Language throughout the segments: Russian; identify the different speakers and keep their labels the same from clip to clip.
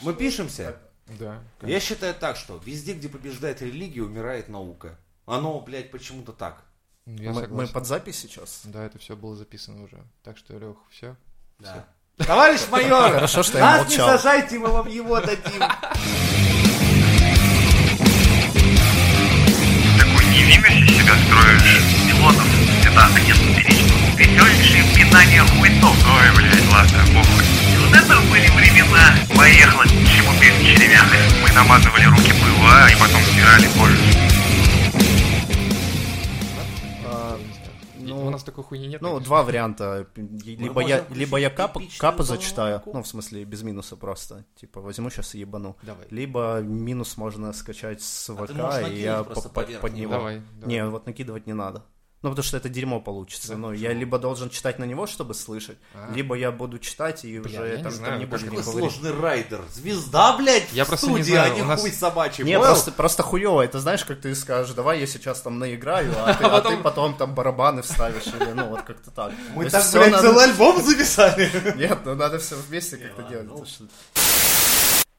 Speaker 1: Мы пишемся?
Speaker 2: Да.
Speaker 1: Я считаю так, что везде, где побеждает религия, умирает наука. Оно, блядь, почему-то так.
Speaker 2: Я
Speaker 3: Мы, мы
Speaker 2: согласен.
Speaker 3: под запись сейчас.
Speaker 2: Да, это все было записано уже. Так что, Лех, все.
Speaker 1: Да. Товарищ майор,
Speaker 3: Хорошо, что я
Speaker 1: нас не
Speaker 3: молчал.
Speaker 1: сажайте, мы вам его дадим.
Speaker 4: такой невинности себя строишь, пилотов, это агент перечного. Ты всего лишь пинание хуйцов. Ой, блядь, ладно, похуй. И вот это были времена. Поехало, чему без червяк. Мы намазывали руки пыла и потом стирали позже.
Speaker 3: А,
Speaker 2: И
Speaker 3: ну,
Speaker 2: у нас такой хуйни нет.
Speaker 3: Ну,
Speaker 2: так
Speaker 3: два варианта. Либо
Speaker 1: можем
Speaker 3: я,
Speaker 1: включить
Speaker 3: либо я капа,
Speaker 1: типичную
Speaker 3: капа
Speaker 1: головоломку.
Speaker 3: зачитаю, ну, в смысле, без минуса просто. Типа, возьму сейчас и ебану.
Speaker 2: Давай.
Speaker 3: Либо минус можно скачать с
Speaker 1: А
Speaker 3: ВК,
Speaker 1: ты можешь
Speaker 3: и
Speaker 1: накинуть
Speaker 3: я
Speaker 1: просто
Speaker 3: по- по-
Speaker 1: поверх
Speaker 3: под
Speaker 1: него.
Speaker 3: него.
Speaker 2: Давай, давай.
Speaker 3: Не, вот накидывать не надо. Ну, потому что это дерьмо получится.
Speaker 2: Да,
Speaker 3: ну, я либо должен читать на него, чтобы слышать,
Speaker 2: А.
Speaker 3: либо я буду читать, и уже
Speaker 2: я не
Speaker 3: там,
Speaker 2: знаю,
Speaker 3: там не
Speaker 2: как
Speaker 3: будет
Speaker 2: это
Speaker 1: Какой
Speaker 3: никакого
Speaker 1: сложный райдер. Звезда, блядь,
Speaker 2: Я
Speaker 1: в
Speaker 2: просто не
Speaker 1: студии,
Speaker 2: знаю,
Speaker 1: а не
Speaker 2: у нас-
Speaker 1: хуй собачий.
Speaker 3: Не,
Speaker 1: Понял?
Speaker 3: просто, просто хуево. Это знаешь, как ты скажешь, давай я сейчас там наиграю, а ты, а ты потом там барабаны вставишь или ну вот как-то так. То
Speaker 1: Мы
Speaker 3: есть
Speaker 1: так,
Speaker 3: всё
Speaker 1: блядь,
Speaker 3: надо-
Speaker 1: целый альбом записали.
Speaker 3: Нет, ну надо все вместе как-то
Speaker 1: ладно,
Speaker 3: делать.
Speaker 1: ну.
Speaker 3: потому что-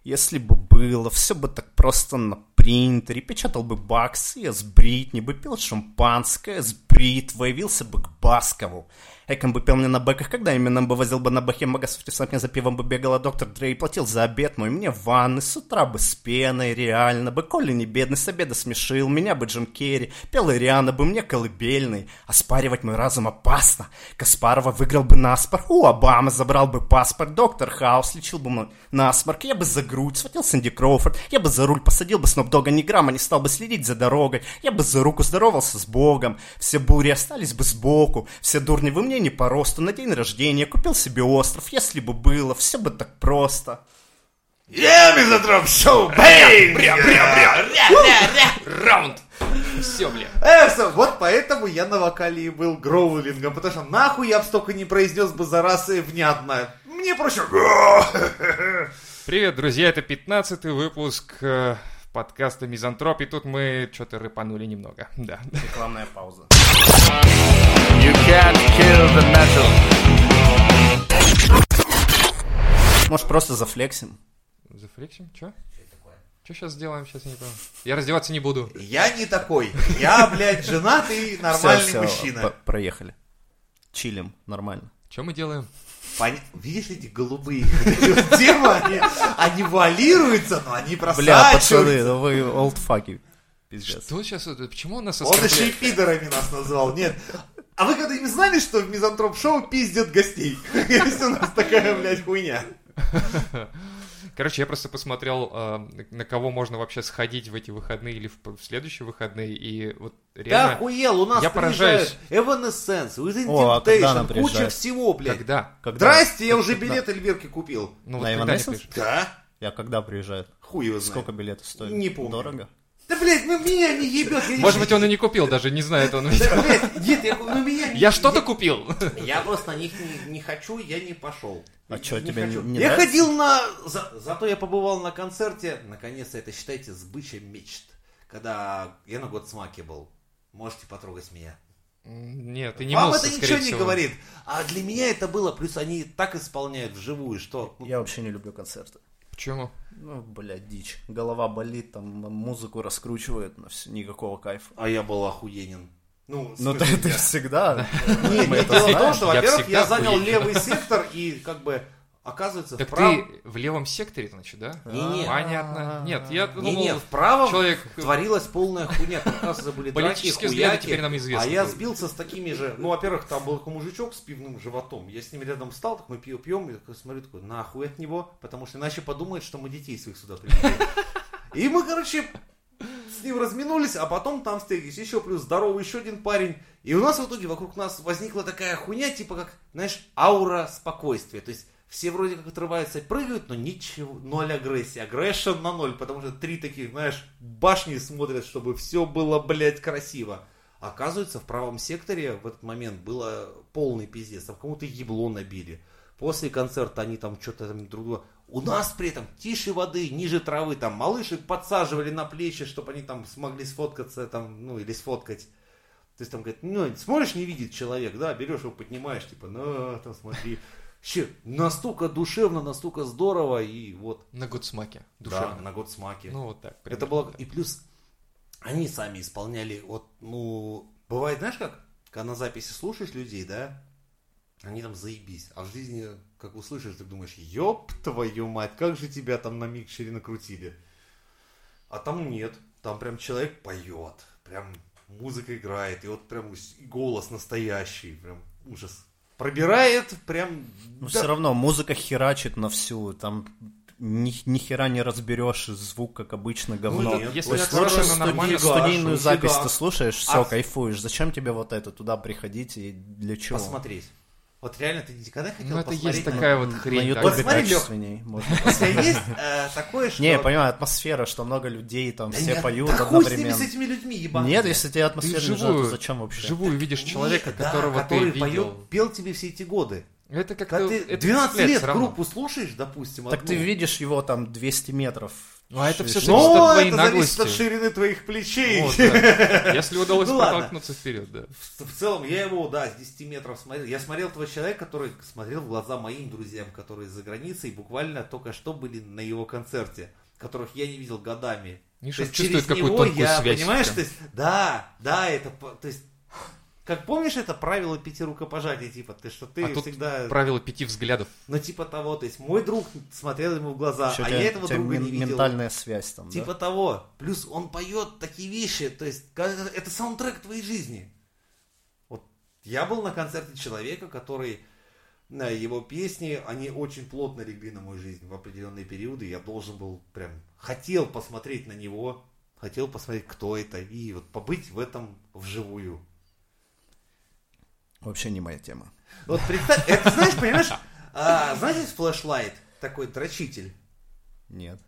Speaker 3: Если бы было, все бы так просто на принтере, печатал бы бакс, я с Бритни бы пил шампанское, с бритвой, вился бы к Баскову. Эком бы пел мне на бэках, когда именно бы возил бы на бэхе магазов, в сапне за пивом бы бегала доктор Дрей, платил за обед мой, мне ванны, с утра бы с пеной, реально бы, Коля не бедный, с обеда смешил, меня бы Джим Керри, пел Ириана бы мне колыбельный, оспаривать мой разум опасно, Каспарова выиграл бы наспор, у Обамы забрал бы паспорт, доктор Хаус лечил бы мой насморк, я бы за грудь схватил Сэнди Кроуфорд, я бы за руль посадил бы Снопдога Дога ни грамма, не стал бы следить за дорогой, я бы за руку здоровался с Богом, все бури остались бы сбоку, все дурни вы мне не по росту, на день рождения купил себе остров, если бы было, все бы так просто.
Speaker 1: Я мизотроп шоу, бэй!
Speaker 2: Раунд! Все, бля.
Speaker 1: Э, всё, вот поэтому я на вокале и был гроулингом, потому что нахуй я бы столько не произнес бы за раз и внятно. Мне проще...
Speaker 2: Привет, друзья, это 15-й выпуск э, подкаста «Мизантроп», и тут мы что-то рыпанули немного, да.
Speaker 3: Рекламная пауза. Может, просто зафлексим?
Speaker 2: Зафриксим? Чё? Чё сейчас сделаем? Сейчас я не понял. Я раздеваться не буду.
Speaker 1: Я не такой. Я, блядь, женатый нормальный
Speaker 3: Всё, всё,
Speaker 1: мужчина.
Speaker 3: по- проехали. Чилим, нормально.
Speaker 2: Чё мы делаем?
Speaker 1: Пон- Видишь эти голубые темы? Они, они вуалируются, но они
Speaker 3: Бля, пацаны,
Speaker 1: просачиваются.
Speaker 3: ну вы олдфаки. Пиздец.
Speaker 2: Что сейчас? Почему он нас
Speaker 1: Он еще и
Speaker 2: оскорбляет?
Speaker 1: пидорами нас назвал, нет. А вы когда-нибудь знали, что в мизантроп-шоу пиздят гостей? Есть у нас такая, блядь, хуйня.
Speaker 2: Короче, я просто посмотрел, э, на кого можно вообще сходить в эти выходные или в в следующие выходные, и вот
Speaker 1: Да
Speaker 2: реально...
Speaker 1: охуел, у нас
Speaker 2: Я
Speaker 1: приезжают
Speaker 2: поражаюсь.
Speaker 1: Evanescence, Within
Speaker 3: О, а когда она
Speaker 1: Temptation, куча
Speaker 3: приезжает?
Speaker 1: всего, блядь.
Speaker 2: Когда?
Speaker 3: Когда?
Speaker 1: Здрасте, я уже
Speaker 3: Когда?
Speaker 1: билет Эльвирке купил.
Speaker 2: Ну
Speaker 3: На
Speaker 2: когда они
Speaker 3: Evanescence?
Speaker 2: приезжают?
Speaker 1: Да?
Speaker 3: Я когда приезжаю?
Speaker 1: Хуй его знает.
Speaker 3: Сколько билетов стоит?
Speaker 1: Не помню.
Speaker 3: Дорого?
Speaker 1: Да, блядь, ну меня не ебет. я не-
Speaker 2: Может быть, он и не купил даже, не знает он.
Speaker 1: Да, блядь, нет, я, ну меня не-
Speaker 2: Я что-то купил.
Speaker 1: Я просто на них не, не хочу, я не пошел.
Speaker 3: А
Speaker 1: Не-
Speaker 3: чё,
Speaker 1: не
Speaker 3: тебе
Speaker 1: хочу.
Speaker 3: не
Speaker 1: Я
Speaker 3: нравится?
Speaker 1: ходил на... за- Зато я побывал на концерте, наконец-то это, считайте, сбыча мечт. Когда я на год смаке был. Можете потрогать меня.
Speaker 2: Нет, ты не
Speaker 1: Вам
Speaker 2: мылся,
Speaker 1: это
Speaker 2: скорее
Speaker 1: ничего не
Speaker 2: всего.
Speaker 1: говорит. А для меня это было. Плюс они так исполняют вживую, что... ну,
Speaker 3: Я вообще не люблю концерты.
Speaker 2: Почему?
Speaker 3: Ну, блядь, дичь. Голова болит, там музыку раскручивают, но всё, никакого кайфа.
Speaker 1: А я был охуенен. Ну, в
Speaker 3: Ну, ты,
Speaker 1: смысле,
Speaker 3: ты всегда.
Speaker 1: я- Нет,
Speaker 3: мы
Speaker 1: нет,
Speaker 3: это
Speaker 1: дело в том,
Speaker 3: знаем.
Speaker 1: что,
Speaker 2: Я
Speaker 1: во-первых,
Speaker 2: всегда
Speaker 1: я занял
Speaker 2: охуенен.
Speaker 1: левый сектор и как бы оказывается
Speaker 2: Так
Speaker 1: вправо...
Speaker 2: ты в левом секторе, значит, да? А,
Speaker 1: Не-не.
Speaker 2: Понятно. Нет, я думал...
Speaker 1: Не, не, в правом
Speaker 2: человек-
Speaker 1: творилась полная хуйня, как раз были драки,
Speaker 2: Политические взгляды
Speaker 1: хуяки,
Speaker 2: теперь нам известны.
Speaker 1: А я сбился с такими же, ну, во-первых, там был такой мужичок с пивным животом, я с ним рядом встал, так мы пиво пьем, и такой смотрю, такой, нахуй от него, потому что иначе подумает, что мы детей своих сюда привели. И мы, короче, с ним разминулись, а потом там встретились еще плюс здоровый еще один парень. И у нас в итоге вокруг нас возникла такая хуйня, типа как, знаешь, аура спокойствия. То есть все вроде как отрываются и прыгают, но ничего, ноль агрессии. Агрессион на ноль, потому что три таких, знаешь, башни смотрят, чтобы все было, блядь, красиво. Оказывается, в правом секторе в этот момент было полный пиздец. Там кому-то ебло набили. После концерта они там что-то там друг друга... У нас при этом тише воды, ниже травы, там малыши подсаживали на плечи, чтобы они там смогли сфоткаться, там, ну, или сфоткать. То есть «Ну, там, говорит, ну, смотришь, не видит человек, да, берешь его, поднимаешь, типа, на, там, смотри. Вообще, настолько душевно, настолько здорово, и вот,
Speaker 2: На гудсмаке.
Speaker 1: да,
Speaker 2: Душевно.
Speaker 1: на Годсмаке.
Speaker 2: Ну, вот так.
Speaker 1: Это
Speaker 2: примерно,
Speaker 1: было...
Speaker 2: да.
Speaker 1: И плюс они сами исполняли, вот, ну, бывает, знаешь как, когда на записи слушаешь людей, да, они там заебись, а в жизни, как услышишь, ты думаешь, ёб твою мать, как же тебя там на микшере накрутили. А там нет, там прям человек поет, прям музыка играет, и вот прям с- голос настоящий, прям ужас. Пробирает прям... да,
Speaker 3: Ну, все равно музыка херачит на всю, там ни, ни хера не разберешь, звук, как обычно, говно.
Speaker 1: ну, нет,
Speaker 2: Если
Speaker 1: вот
Speaker 2: я
Speaker 1: это
Speaker 2: слушаю
Speaker 3: Лучше
Speaker 2: Совершенно
Speaker 1: студи-
Speaker 3: студи-
Speaker 2: нормально.
Speaker 3: студийную
Speaker 1: студигаш,
Speaker 3: запись
Speaker 1: студигаш.
Speaker 3: ты слушаешь, все,
Speaker 1: ну А-
Speaker 3: кайфуешь. Зачем тебе вот это туда приходить и для чего?
Speaker 1: посмотреть. Вот реально, ты никогда хотел
Speaker 2: Ну, это
Speaker 1: посмотреть
Speaker 2: есть
Speaker 1: на-
Speaker 2: такая вот
Speaker 3: На
Speaker 2: хрень. да.
Speaker 1: Вот
Speaker 3: ютубе
Speaker 1: смотри, Лёх.
Speaker 3: качественней можно.
Speaker 1: У тебя есть э, такое, что...
Speaker 3: Не, я понимаю, атмосфера, что много людей, там
Speaker 1: Да
Speaker 3: все
Speaker 1: нет,
Speaker 3: поют
Speaker 1: да хуй с ними,
Speaker 3: одновременно.
Speaker 1: с этими людьми, ебаными.
Speaker 3: Нет, если тебе атмосфера не
Speaker 2: вживую-
Speaker 3: жалко, то зачем вообще?
Speaker 2: Вживую видишь человека,
Speaker 1: Нет, да,
Speaker 2: которого ты
Speaker 1: который
Speaker 2: видел.
Speaker 1: поёт- пел тебе все эти годы.
Speaker 2: Это как
Speaker 1: Когда ты 12 лет группу слушаешь, допустим,
Speaker 3: Так
Speaker 1: одну,
Speaker 3: ты видишь его там 200 метров.
Speaker 2: Ну, а это всё
Speaker 3: Ш- ш-
Speaker 2: зависит от
Speaker 1: Но
Speaker 2: твоей
Speaker 1: это зависит
Speaker 2: наглости.
Speaker 1: от ширины твоих плечей.
Speaker 2: Вот, да. Если удалось
Speaker 1: Ну, ладно.
Speaker 2: протолкнуться вперед, да.
Speaker 1: В, в целом, я его, да, с 10 метров смотрел. Я смотрел того человека, который смотрел в глаза моим друзьям, которые за границей буквально только что были на его концерте, которых я не видел годами.
Speaker 2: Миша
Speaker 1: То есть через
Speaker 2: чувствует какую-то
Speaker 1: него
Speaker 2: тонкую
Speaker 1: я,
Speaker 2: связь
Speaker 1: Понимаешь,
Speaker 2: прям.
Speaker 1: то есть, да, да, это, по- то есть, как помнишь это правило пяти рукопожатий, типа, ты что ты
Speaker 2: А тут
Speaker 1: всегда,
Speaker 2: Правило пяти взглядов.
Speaker 1: ну типа того, то есть, мой друг смотрел ему в глаза,
Speaker 3: ш-
Speaker 1: а
Speaker 3: у
Speaker 1: я
Speaker 3: тебя-
Speaker 1: этого
Speaker 3: у тебя
Speaker 1: друга
Speaker 3: мен-
Speaker 1: не видел.
Speaker 3: Ментальная связь там, да?
Speaker 1: Типа того. Плюс он поет такие вещи, то есть как- это саундтрек твоей жизни. Вот я был на концерте человека, который на его песни, они очень плотно легли на мою жизнь в определенные периоды. Я должен был прям, хотел посмотреть на него, хотел посмотреть, кто это, и вот побыть в этом вживую.
Speaker 3: Вообще не моя тема.
Speaker 1: Вот представь, это знаешь, понимаешь, а, знаешь, есть флешлайт, такой дрочитель.
Speaker 3: Нет.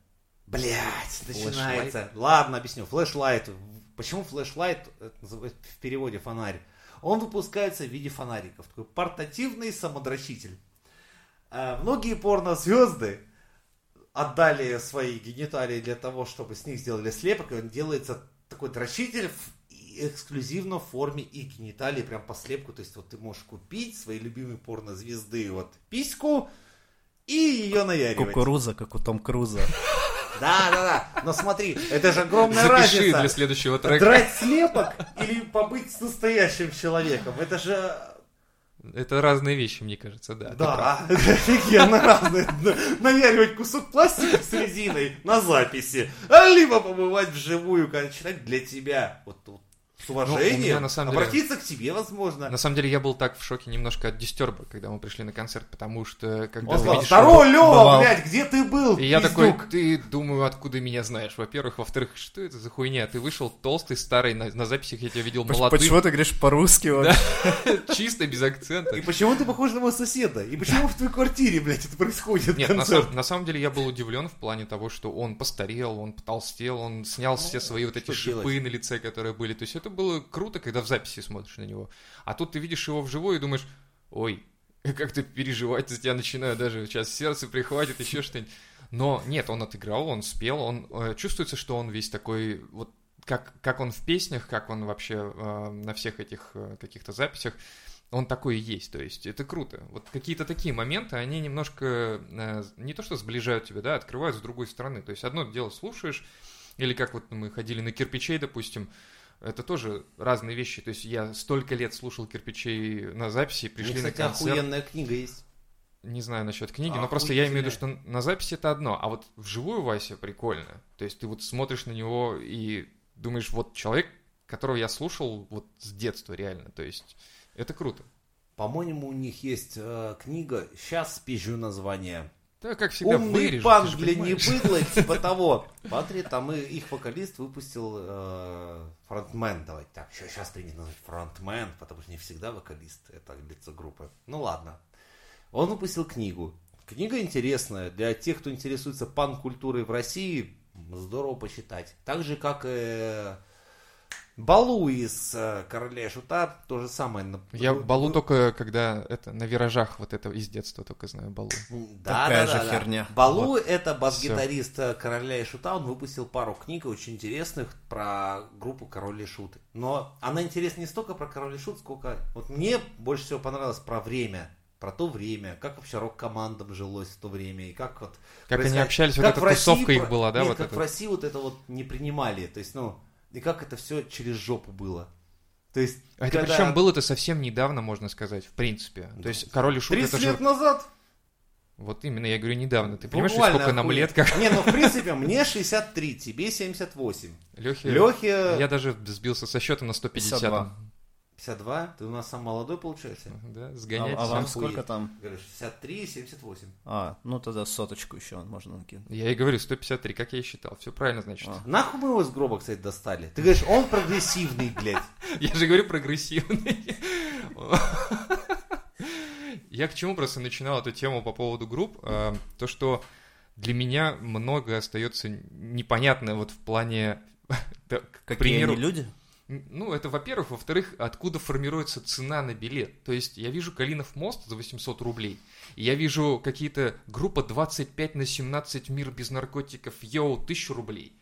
Speaker 1: Блять, начинается. Ладно, объясню. Флешлайт. Почему флешлайт это называется э, в переводе фонарь? Он выпускается в виде фонариков. Такой портативный самодрочитель. А Многие порнозвезды отдали свои гениталии для того, чтобы с них сделали слепок, и он делается такой дрочитель в- и эксклюзивно в форме и гениталии, прям по слепку. То есть вот ты можешь купить своей любимой порнозвезды вот письку и ее наяривать.
Speaker 3: Кукуруза, как у Том Круза.
Speaker 1: Да, да, да. Но смотри, это же огромная
Speaker 2: Запиши
Speaker 1: разница.
Speaker 2: для следующего трека.
Speaker 1: Драть слепок или побыть с настоящим человеком. Это же...
Speaker 2: Это разные вещи, мне кажется, да. ты
Speaker 1: Да,
Speaker 2: прав.
Speaker 1: это офигенно разное. Наяривать кусок пластика с резиной на записи. а Либо побывать вживую, когда человек для тебя. Вот тут с
Speaker 2: Ну, у меня
Speaker 1: уважением
Speaker 2: на самом деле-
Speaker 1: обратиться к тебе, возможно.
Speaker 2: На самом деле я был так в шоке немножко от Дистерба, когда мы пришли на концерт, потому что когда
Speaker 1: Он
Speaker 2: ты
Speaker 1: сказал,
Speaker 2: видишь...
Speaker 1: Здорово, Лёва,
Speaker 3: бывал.
Speaker 1: блядь, где ты был?
Speaker 2: И я такой,
Speaker 1: пиздюк?»
Speaker 2: ты, думаю, откуда меня знаешь, во-первых. Во-вторых, что это за хуйня? Ты вышел толстый, старый, на, на записях я тебя видел молодым,
Speaker 3: Почему ты говоришь по-русски? вот?
Speaker 2: чисто, без акцента.
Speaker 1: И почему ты похож на моего соседа? И почему в твоей квартире, блядь, это происходит?
Speaker 2: Нет, на,
Speaker 1: концерт?
Speaker 2: сам- на самом деле я был удивлен в плане того, что он постарел, он потолстел, он снял все свои вот эти
Speaker 1: Ну, что
Speaker 2: шипы
Speaker 1: делать?
Speaker 2: на лице, которые были. То есть это было круто, когда в записи смотришь на него. А тут ты видишь его вживую и думаешь, ой, как-то переживать за тебя начинаю даже, сейчас сердце прихватит, еще что-нибудь. Но нет, он отыграл, он спел, он э, чувствуется, что он весь такой вот как, как он в песнях, как он вообще э, на всех этих э, каких-то записях, он такой и есть. То есть это круто. Вот какие-то такие моменты, они немножко э, не то что сближают тебя, да, открывают с другой стороны. То есть одно дело слушаешь, или как вот мы ходили на кирпичей, допустим, это тоже разные вещи. То есть я столько лет слушал кирпичей на записи,
Speaker 1: У меня,
Speaker 2: пришли
Speaker 1: Ну, кстати,
Speaker 2: на концерт.
Speaker 1: охуенная книга есть.
Speaker 2: Не знаю насчет книги, но просто я имею в виду, что на записи это одно, а вот вживую Вася прикольно. То есть ты вот смотришь на него и думаешь, вот человек, которого я слушал вот с детства реально. То есть это круто.
Speaker 1: По-моему, у них есть э, книга, сейчас спизжу название.
Speaker 2: Да, как всегда,
Speaker 1: «Умный
Speaker 2: вырежу,
Speaker 1: пан
Speaker 2: ты же
Speaker 1: для
Speaker 2: понимаешь.
Speaker 1: небыдла», типа того. Смотри, там и- их вокалист выпустил э, фронтмен, давайте так, сейчас принято назвать фронтмен, потому что не всегда вокалист, это лицо группы. Ну ладно. Он выпустил книгу. Книга интересная, для тех, кто интересуется пан-культурой в России, здорово почитать. Так же, как э, Балу из э, «Короля и Шута», то же самое. на-
Speaker 2: Я Балу только, когда это, на виражах вот этого из детства только знаю Балу.
Speaker 1: Да,
Speaker 3: Ну, Такая
Speaker 1: да,
Speaker 3: же
Speaker 1: да, да.
Speaker 3: херня.
Speaker 1: Балу это бас-гитарист э, Короля и Шута. Он выпустил пару книг очень интересных про группу Король и Шут. Но она интересна не столько про Король и Шут, сколько... Вот мне больше всего понравилось про время. про то время, как вообще рок-командам жилось в то время, и как вот...
Speaker 2: Как они
Speaker 1: происход-
Speaker 2: общались, вот
Speaker 1: как
Speaker 2: эта
Speaker 1: в России
Speaker 2: тусовка их
Speaker 1: про-
Speaker 2: была, да,
Speaker 1: нет,
Speaker 2: вот
Speaker 1: как
Speaker 2: эта
Speaker 1: в России вот это вот не принимали, то есть, ну, и как это все через жопу было. То есть,
Speaker 2: А Это
Speaker 1: когда-
Speaker 2: причем было это совсем недавно, можно сказать, в принципе. То
Speaker 1: Да.
Speaker 2: есть король и шут
Speaker 1: 30
Speaker 2: это
Speaker 1: лет
Speaker 2: же...
Speaker 1: назад.
Speaker 2: Вот именно, я говорю, недавно. Ты понимаешь,
Speaker 1: Ну, Буквально
Speaker 2: сколько нам
Speaker 1: охуенно.
Speaker 2: лет, как
Speaker 1: Не, ну, в принципе, мне 63, тебе 78.
Speaker 2: Лехе...
Speaker 1: Лехе
Speaker 2: Я даже сбился со счета на 150.
Speaker 3: 52.
Speaker 1: 52, ты у нас сам молодой, получается.
Speaker 2: Да,
Speaker 3: А,
Speaker 2: сгонять.
Speaker 3: а вам
Speaker 1: Охуеть.
Speaker 3: сколько там?
Speaker 1: Говоришь, 63 и 78.
Speaker 3: А, ну тогда соточку еще можно накинуть.
Speaker 2: Я и говорю, 153, как я и считал. Все правильно, значит.
Speaker 3: А.
Speaker 1: Нахуй мы его из гроба, кстати, достали. Ты говоришь, он прогрессивный, блядь.
Speaker 2: Я же говорю прогрессивный. Я к чему просто начинал эту тему по поводу групп? Э, То, что для меня много остается непонятно вот в плане... К
Speaker 3: Какие
Speaker 2: примеру,
Speaker 3: они люди?
Speaker 2: Ну, это во-первых. Во-вторых, откуда формируется цена на билет? То есть я вижу Калинов мост за 800 рублей. и Я вижу какие-то группа 25 на 17 мир без наркотиков. Йоу, 1000 рублей.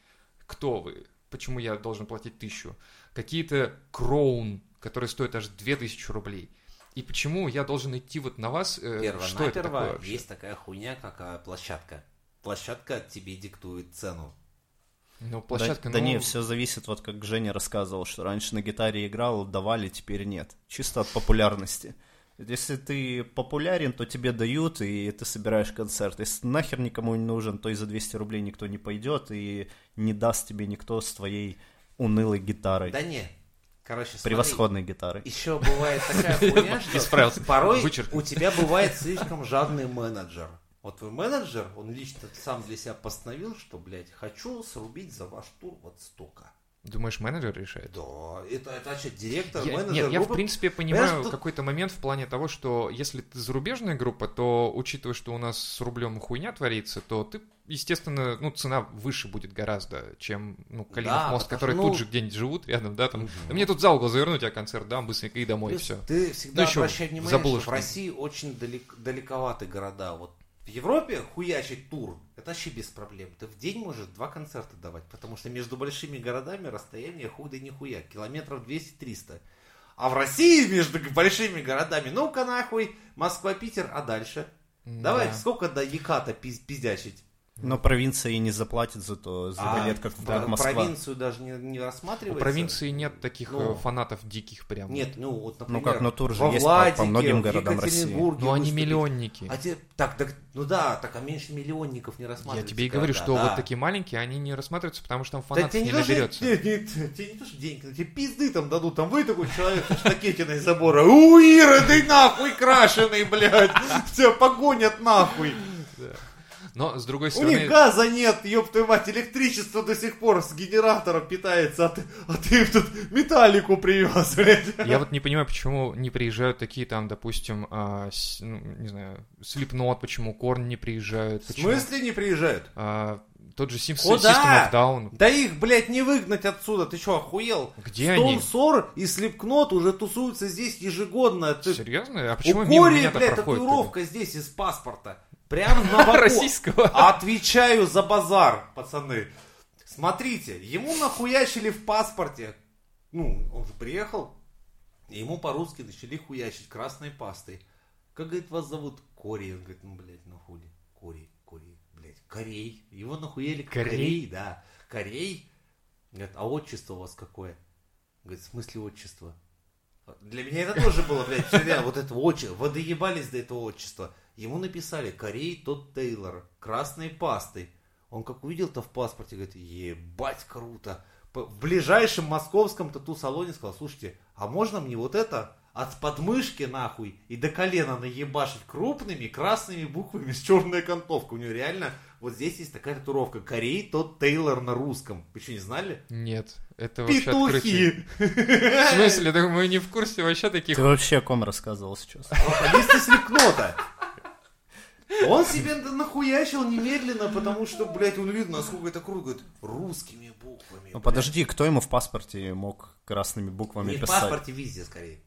Speaker 2: Кто вы? Почему я должен платить 1000? Какие-то кроун, которые стоят аж 2000 рублей. И почему я должен идти вот на вас? э, что это такое
Speaker 1: Перво-наперво
Speaker 2: вообще?
Speaker 1: есть такая хуйня, как а, площадка. Площадка тебе диктует цену.
Speaker 2: Ну, площадка,
Speaker 3: да, да
Speaker 2: ну,
Speaker 3: не, все зависит, вот как Женя рассказывал, что раньше на гитаре играл, давали, теперь нет. Чисто от популярности. Если ты популярен, то тебе дают, и ты собираешь концерт. Если нахер никому не нужен, то и за 200 рублей никто не пойдет, и не даст тебе никто с твоей унылой гитарой.
Speaker 1: Да не. Короче, смотри.
Speaker 3: превосходной гитарой.
Speaker 1: Еще бывает такая хуйня, что
Speaker 2: Исправился.
Speaker 1: порой
Speaker 2: Вычеркнул.
Speaker 1: у тебя бывает слишком жадный менеджер. Вот твой менеджер, он лично сам для себя постановил, что, блядь, хочу срубить за ваш тур вот столько.
Speaker 2: Думаешь, менеджер решает?
Speaker 1: Да, это, это значит директор,
Speaker 2: Я-
Speaker 1: менеджер
Speaker 2: нет, я в
Speaker 1: группы.
Speaker 2: принципе понимаю
Speaker 1: Понимаешь, тут-
Speaker 2: какой-то момент в плане того, что если ты зарубежная группа, то учитывая, что у нас с рублем хуйня творится, то ты, естественно, ну, цена выше будет гораздо, чем, ну, Калинов
Speaker 1: Да,
Speaker 2: мост,
Speaker 1: потому
Speaker 2: которые
Speaker 1: что, ну-
Speaker 2: тут же где-нибудь живут рядом, да, там.
Speaker 1: Мгм.
Speaker 2: «Да мне тут за угол завернуть, а концерт дам быстренько и домой, и
Speaker 1: Плюс
Speaker 2: все.
Speaker 1: Ты всегда
Speaker 2: Ну, еще
Speaker 1: обращай
Speaker 2: за
Speaker 1: внимание, что в
Speaker 2: булочкой.
Speaker 1: России очень далек- далековаты города. Вот в Европе хуячить тур, это вообще без проблем. Ты в день можешь два концерта давать, потому что между большими городами расстояние хуй да нихуя, километров 200-300. А в России между большими городами, ну-ка нахуй, Москва, Питер, а дальше? Давай, сколько до Яката пиз- пиздячить?
Speaker 3: Но провинция и не заплатит за то, за
Speaker 1: А
Speaker 3: билет, как
Speaker 1: про-
Speaker 3: Москва.
Speaker 1: Провинцию даже не, не
Speaker 2: У
Speaker 1: рассматривается?
Speaker 2: провинции нет таких
Speaker 1: Ну.
Speaker 2: э, фанатов диких прям.
Speaker 1: Нет, ну вот,
Speaker 3: Ну
Speaker 1: например,
Speaker 3: как, но тур же
Speaker 1: во
Speaker 3: есть по- по
Speaker 1: Владике,
Speaker 3: многим
Speaker 1: в
Speaker 3: городам России.
Speaker 1: Екатеринбурге
Speaker 2: Ну, они
Speaker 1: выступить.
Speaker 2: миллионники.
Speaker 1: А те- так, так, ну да, так, а меньше миллионников не
Speaker 2: Я
Speaker 1: рассматривается.
Speaker 2: тебе и говорю,
Speaker 1: города,
Speaker 2: что
Speaker 1: да.
Speaker 2: вот такие маленькие, они не рассматриваются, потому что там
Speaker 1: Да
Speaker 2: фанатов
Speaker 1: тебе
Speaker 2: не
Speaker 1: не, даже-
Speaker 2: наберется.
Speaker 1: не- не- тебе не то, что деньги, но тебе пизды там дадут, там вы такой человек с штакетиной из забора. У, Ира, ты нахуй крашеный, блядь, тебя погонят нахуй.
Speaker 2: Но, с другой
Speaker 1: У
Speaker 2: стороны...
Speaker 1: них газа нет, ёб твою мать, электричество до сих пор с генератора питается, а ты, а ты им тут металлику привез, блядь.
Speaker 2: Я вот не понимаю, почему не приезжают такие там, допустим, а, с- ну, не знаю, Slipknot, почему Корн не приезжают,
Speaker 1: В
Speaker 2: почему
Speaker 1: смысле не приезжают?
Speaker 2: а, тот же Sims
Speaker 1: Куда?
Speaker 2: System of Down.
Speaker 1: Да их, блядь, не выгнать отсюда, ты чё, охуел?
Speaker 2: Где они?
Speaker 1: Сор и Слепкнот уже тусуются здесь ежегодно. Ты-
Speaker 2: Серьезно? А
Speaker 1: У
Speaker 2: почему мимо
Speaker 1: Кори,
Speaker 2: меня так
Speaker 1: блядь,
Speaker 2: проходит?
Speaker 1: татуировка здесь из паспорта. Прям на боку. А,
Speaker 2: Российского.
Speaker 1: Отвечаю за базар, пацаны. Смотрите, ему нахуячили в паспорте. Ну, он же приехал. И ему по-русски начали хуячить красной пастой. Как, говорит, вас зовут? Кори. Он говорит, ну, блядь, ну хули. Кори, Кори, блядь, Корей. Его нахуели
Speaker 2: Корей?
Speaker 1: Корей, да. Корей. Говорит, а отчество у вас какое? Говорит, в смысле отчество? Для меня это тоже было, блядь, всё время вот это отчество. Вы доебались до этого отчества. Ему написали Корей Тодд Тейлор, красной пастой. Он как увидел-то в паспорте, говорит, ебать круто. П- В ближайшем московском тату-салоне сказал, слушайте, а можно мне вот это от подмышки нахуй и до колена наебашить крупными красными буквами с черной окантовкой? У него реально вот здесь есть такая татуировка. Корей Тодд Тейлор на русском. Вы что, не знали?
Speaker 2: Нет, это вообще открытие.
Speaker 1: Петухи!
Speaker 2: В смысле? Да мы не в курсе вообще таких.
Speaker 3: Ты вообще о ком рассказывал сейчас?
Speaker 1: А Вместе с Лепнота. Он себе нахуячил немедленно, потому что, блядь, он видно, насколько это круто. Говорит, русскими буквами.
Speaker 3: Ну
Speaker 1: блядь».
Speaker 3: подожди, кто ему в паспорте мог красными буквами
Speaker 1: Не в
Speaker 3: писать?
Speaker 1: паспорте, везде скорее.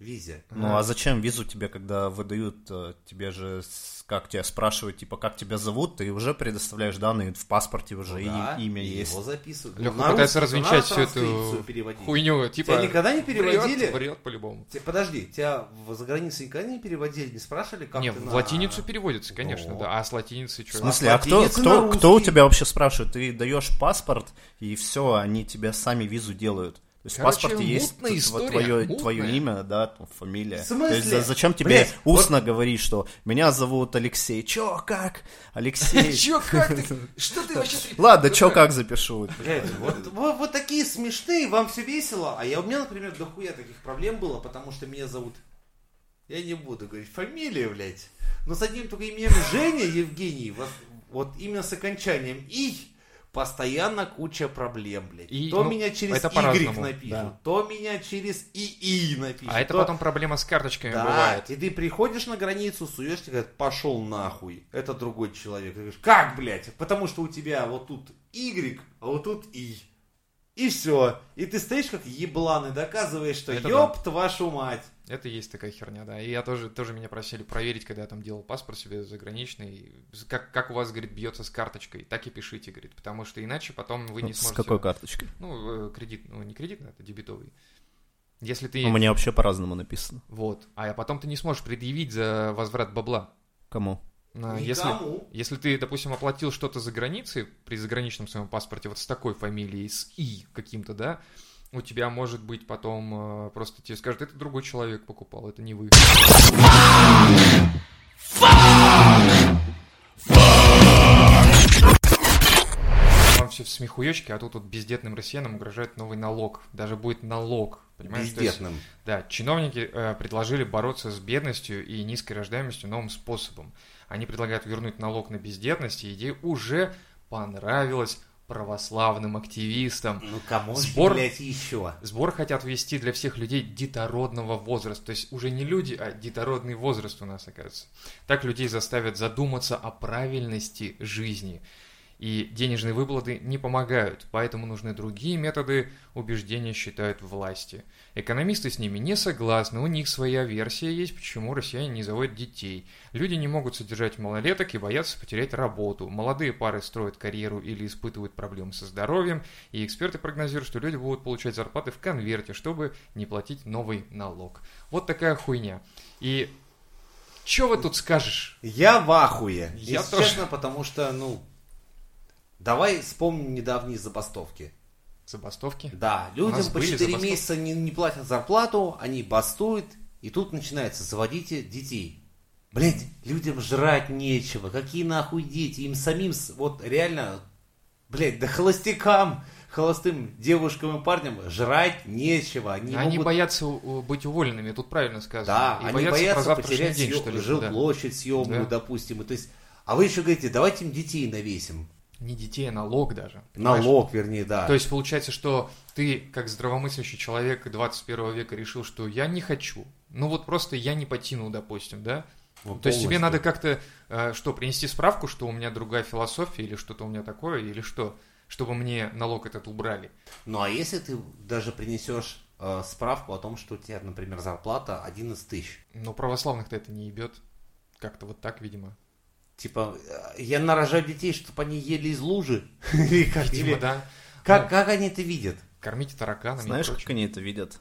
Speaker 1: визе.
Speaker 3: Ну а зачем визу тебе, когда выдают, э, тебе же, с- как тебя спрашивают, типа, как тебя зовут, ты уже предоставляешь данные в паспорте, уже и
Speaker 1: Ну Да,
Speaker 3: имя
Speaker 1: и
Speaker 3: есть.
Speaker 1: Его записывают.
Speaker 2: Лёха
Speaker 1: Ну, на
Speaker 2: пытается
Speaker 1: русский, то
Speaker 2: развенчать всю
Speaker 1: надо транскрипцию
Speaker 2: эту
Speaker 1: переводить.
Speaker 2: хуйню. Типа,
Speaker 1: Тебя никогда не переводили?
Speaker 2: Врет, врет по-любому.
Speaker 1: Те- Подожди, тебя в- за границей никогда не переводили, не спрашивали, как
Speaker 2: не,
Speaker 1: ты
Speaker 2: в
Speaker 1: на-
Speaker 2: латиницу переводится, конечно,
Speaker 1: Ну.
Speaker 2: да. А с латиницы
Speaker 3: В
Speaker 2: что?
Speaker 3: смысле, а кто,
Speaker 1: Латиница на
Speaker 3: кто, кто у
Speaker 1: русский.
Speaker 3: тебя вообще спрашивает? Ты даешь паспорт, и все, они тебе сами визу делают. То есть в
Speaker 2: Короче,
Speaker 3: паспорте есть
Speaker 2: мутная история,
Speaker 3: твое,
Speaker 2: мутная.
Speaker 3: имя, да, там, фамилия.
Speaker 1: В смысле?
Speaker 3: То есть за- зачем тебе
Speaker 1: Блядь,
Speaker 3: устно говорить, что меня зовут Алексей? Чё, как? Алексей.
Speaker 2: Чё, как ты? Что ты вообще...
Speaker 3: Ладно, чё, как запишу?
Speaker 1: Блядь, вот, вот- вот такие смешные, вам все весело. А я, у меня, например, дохуя таких проблем было, потому что меня зовут... Я не буду говорить фамилию, блядь. Но с одним только именем Женя Евгений, вот, вот именно с окончанием «и» постоянно куча проблем, блядь.
Speaker 2: И,
Speaker 1: то
Speaker 2: ну,
Speaker 1: меня через
Speaker 2: это
Speaker 1: «y»
Speaker 2: по-разному,
Speaker 1: напишут,
Speaker 3: да.
Speaker 1: то меня через «ии» напишут.
Speaker 2: А это
Speaker 1: то-
Speaker 2: потом проблема с карточками
Speaker 1: Да,
Speaker 2: бывает.
Speaker 1: и ты приходишь на границу, суешь, тебе говорят, пошел нахуй. Это другой человек. Ты говоришь, как, блядь? Потому что у тебя вот тут Y, а вот тут И. И все. И ты стоишь как еблан и доказываешь, что
Speaker 2: Это
Speaker 1: ёпт вашу мать.
Speaker 2: Это есть такая херня, да. И я тоже, тоже меня просили проверить, когда я там делал паспорт себе заграничный. Как, как у вас, говорит, бьется с карточкой, так и пишите, говорит. Потому что иначе потом вы не
Speaker 3: Ну, С
Speaker 2: сможете...
Speaker 3: какой карточкой?
Speaker 2: Ну, э, кредит, ну не кредитный, это дебетовый. Если ты...
Speaker 3: У меня вообще по-разному написано.
Speaker 2: Вот. А потом ты не сможешь предъявить за возврат бабла.
Speaker 3: Кому?
Speaker 2: На- Если,
Speaker 1: Никому.
Speaker 2: если ты, допустим, оплатил что-то за границей при заграничном своем паспорте, вот с такой фамилией, с И каким-то, да, у тебя может быть потом э, просто тебе скажут, это другой человек покупал, это не вы. Вам все в смехуечке, а тут вот бездетным россиянам угрожает новый налог. Даже будет налог. Понимаешь? То есть-
Speaker 1: Бездетным.
Speaker 2: да, чиновники э, предложили бороться с бедностью и низкой рождаемостью новым способом. Они предлагают вернуть налог на бездетность, и идея уже понравилась православным активистам.
Speaker 1: Ну кому
Speaker 2: Сбор-
Speaker 1: же, блядь, еще?
Speaker 2: Сбор хотят ввести для всех людей детородного возраста. То есть уже не люди, а детородный возраст у нас, оказывается. Так людей заставят задуматься о правильности жизни. И денежные выплаты не помогают, поэтому нужны другие методы убеждения, считают власти. Экономисты с ними не согласны, у них своя версия есть, почему россияне не заводят детей. Люди не могут содержать малолеток и боятся потерять работу. Молодые пары строят карьеру или испытывают проблемы со здоровьем, и эксперты прогнозируют, что люди будут получать зарплаты в конверте, чтобы не платить новый налог. Вот такая хуйня. И чё вы тут скажешь?
Speaker 1: Я в ахуе.
Speaker 2: Я
Speaker 1: если
Speaker 2: тоже.
Speaker 1: честно, потому что, ну... Давай вспомним недавние забастовки.
Speaker 2: Забастовки?
Speaker 1: Да,
Speaker 2: У
Speaker 1: людям
Speaker 2: нас
Speaker 1: по
Speaker 2: были
Speaker 1: 4
Speaker 2: забастовки.
Speaker 1: месяца не, не платят зарплату, они бастуют, и тут начинается «заводите детей». Блять, людям жрать нечего, какие нахуй дети, им самим, с- вот реально, блять, да холостякам, холостым девушкам и парням жрать нечего. Они,
Speaker 2: они
Speaker 1: могут-
Speaker 2: боятся у- у- быть уволенными, тут правильно сказано.
Speaker 1: да,
Speaker 2: И
Speaker 1: они
Speaker 2: боятся про
Speaker 1: боятся,
Speaker 2: завтрашний
Speaker 1: потерять
Speaker 2: день,
Speaker 1: съё-
Speaker 2: что ли, да.
Speaker 1: жилплощадь съемную,
Speaker 2: Да.
Speaker 1: допустим. И то есть, а вы еще говорите, давайте им детей навесим.
Speaker 2: Не детей, а налог даже. понимаешь?
Speaker 1: Налог, вернее, да.
Speaker 2: То есть получается, что ты, как здравомыслящий человек 21 века, решил, что я не хочу. Ну вот просто я не потянул, допустим, да?
Speaker 1: Вот
Speaker 2: То есть тебе
Speaker 1: Ну, полностью.
Speaker 2: надо как-то, э, что, принести справку, что у меня другая философия, или что-то у меня такое, или что? Чтобы мне налог этот убрали.
Speaker 1: Ну а если ты даже принесешь э, справку о том, что у тебя, например, зарплата 11 тысяч,
Speaker 2: Но православных-то это не ебет. Как-то вот так, видимо.
Speaker 1: типа э, я нарожаю детей, чтобы они ели из лужи, или как,
Speaker 2: Видимо,
Speaker 1: или-
Speaker 2: да.
Speaker 1: как, как они это видят?
Speaker 2: Кормите тараканами и
Speaker 3: Знаешь, как
Speaker 2: прочее.
Speaker 3: они это видят?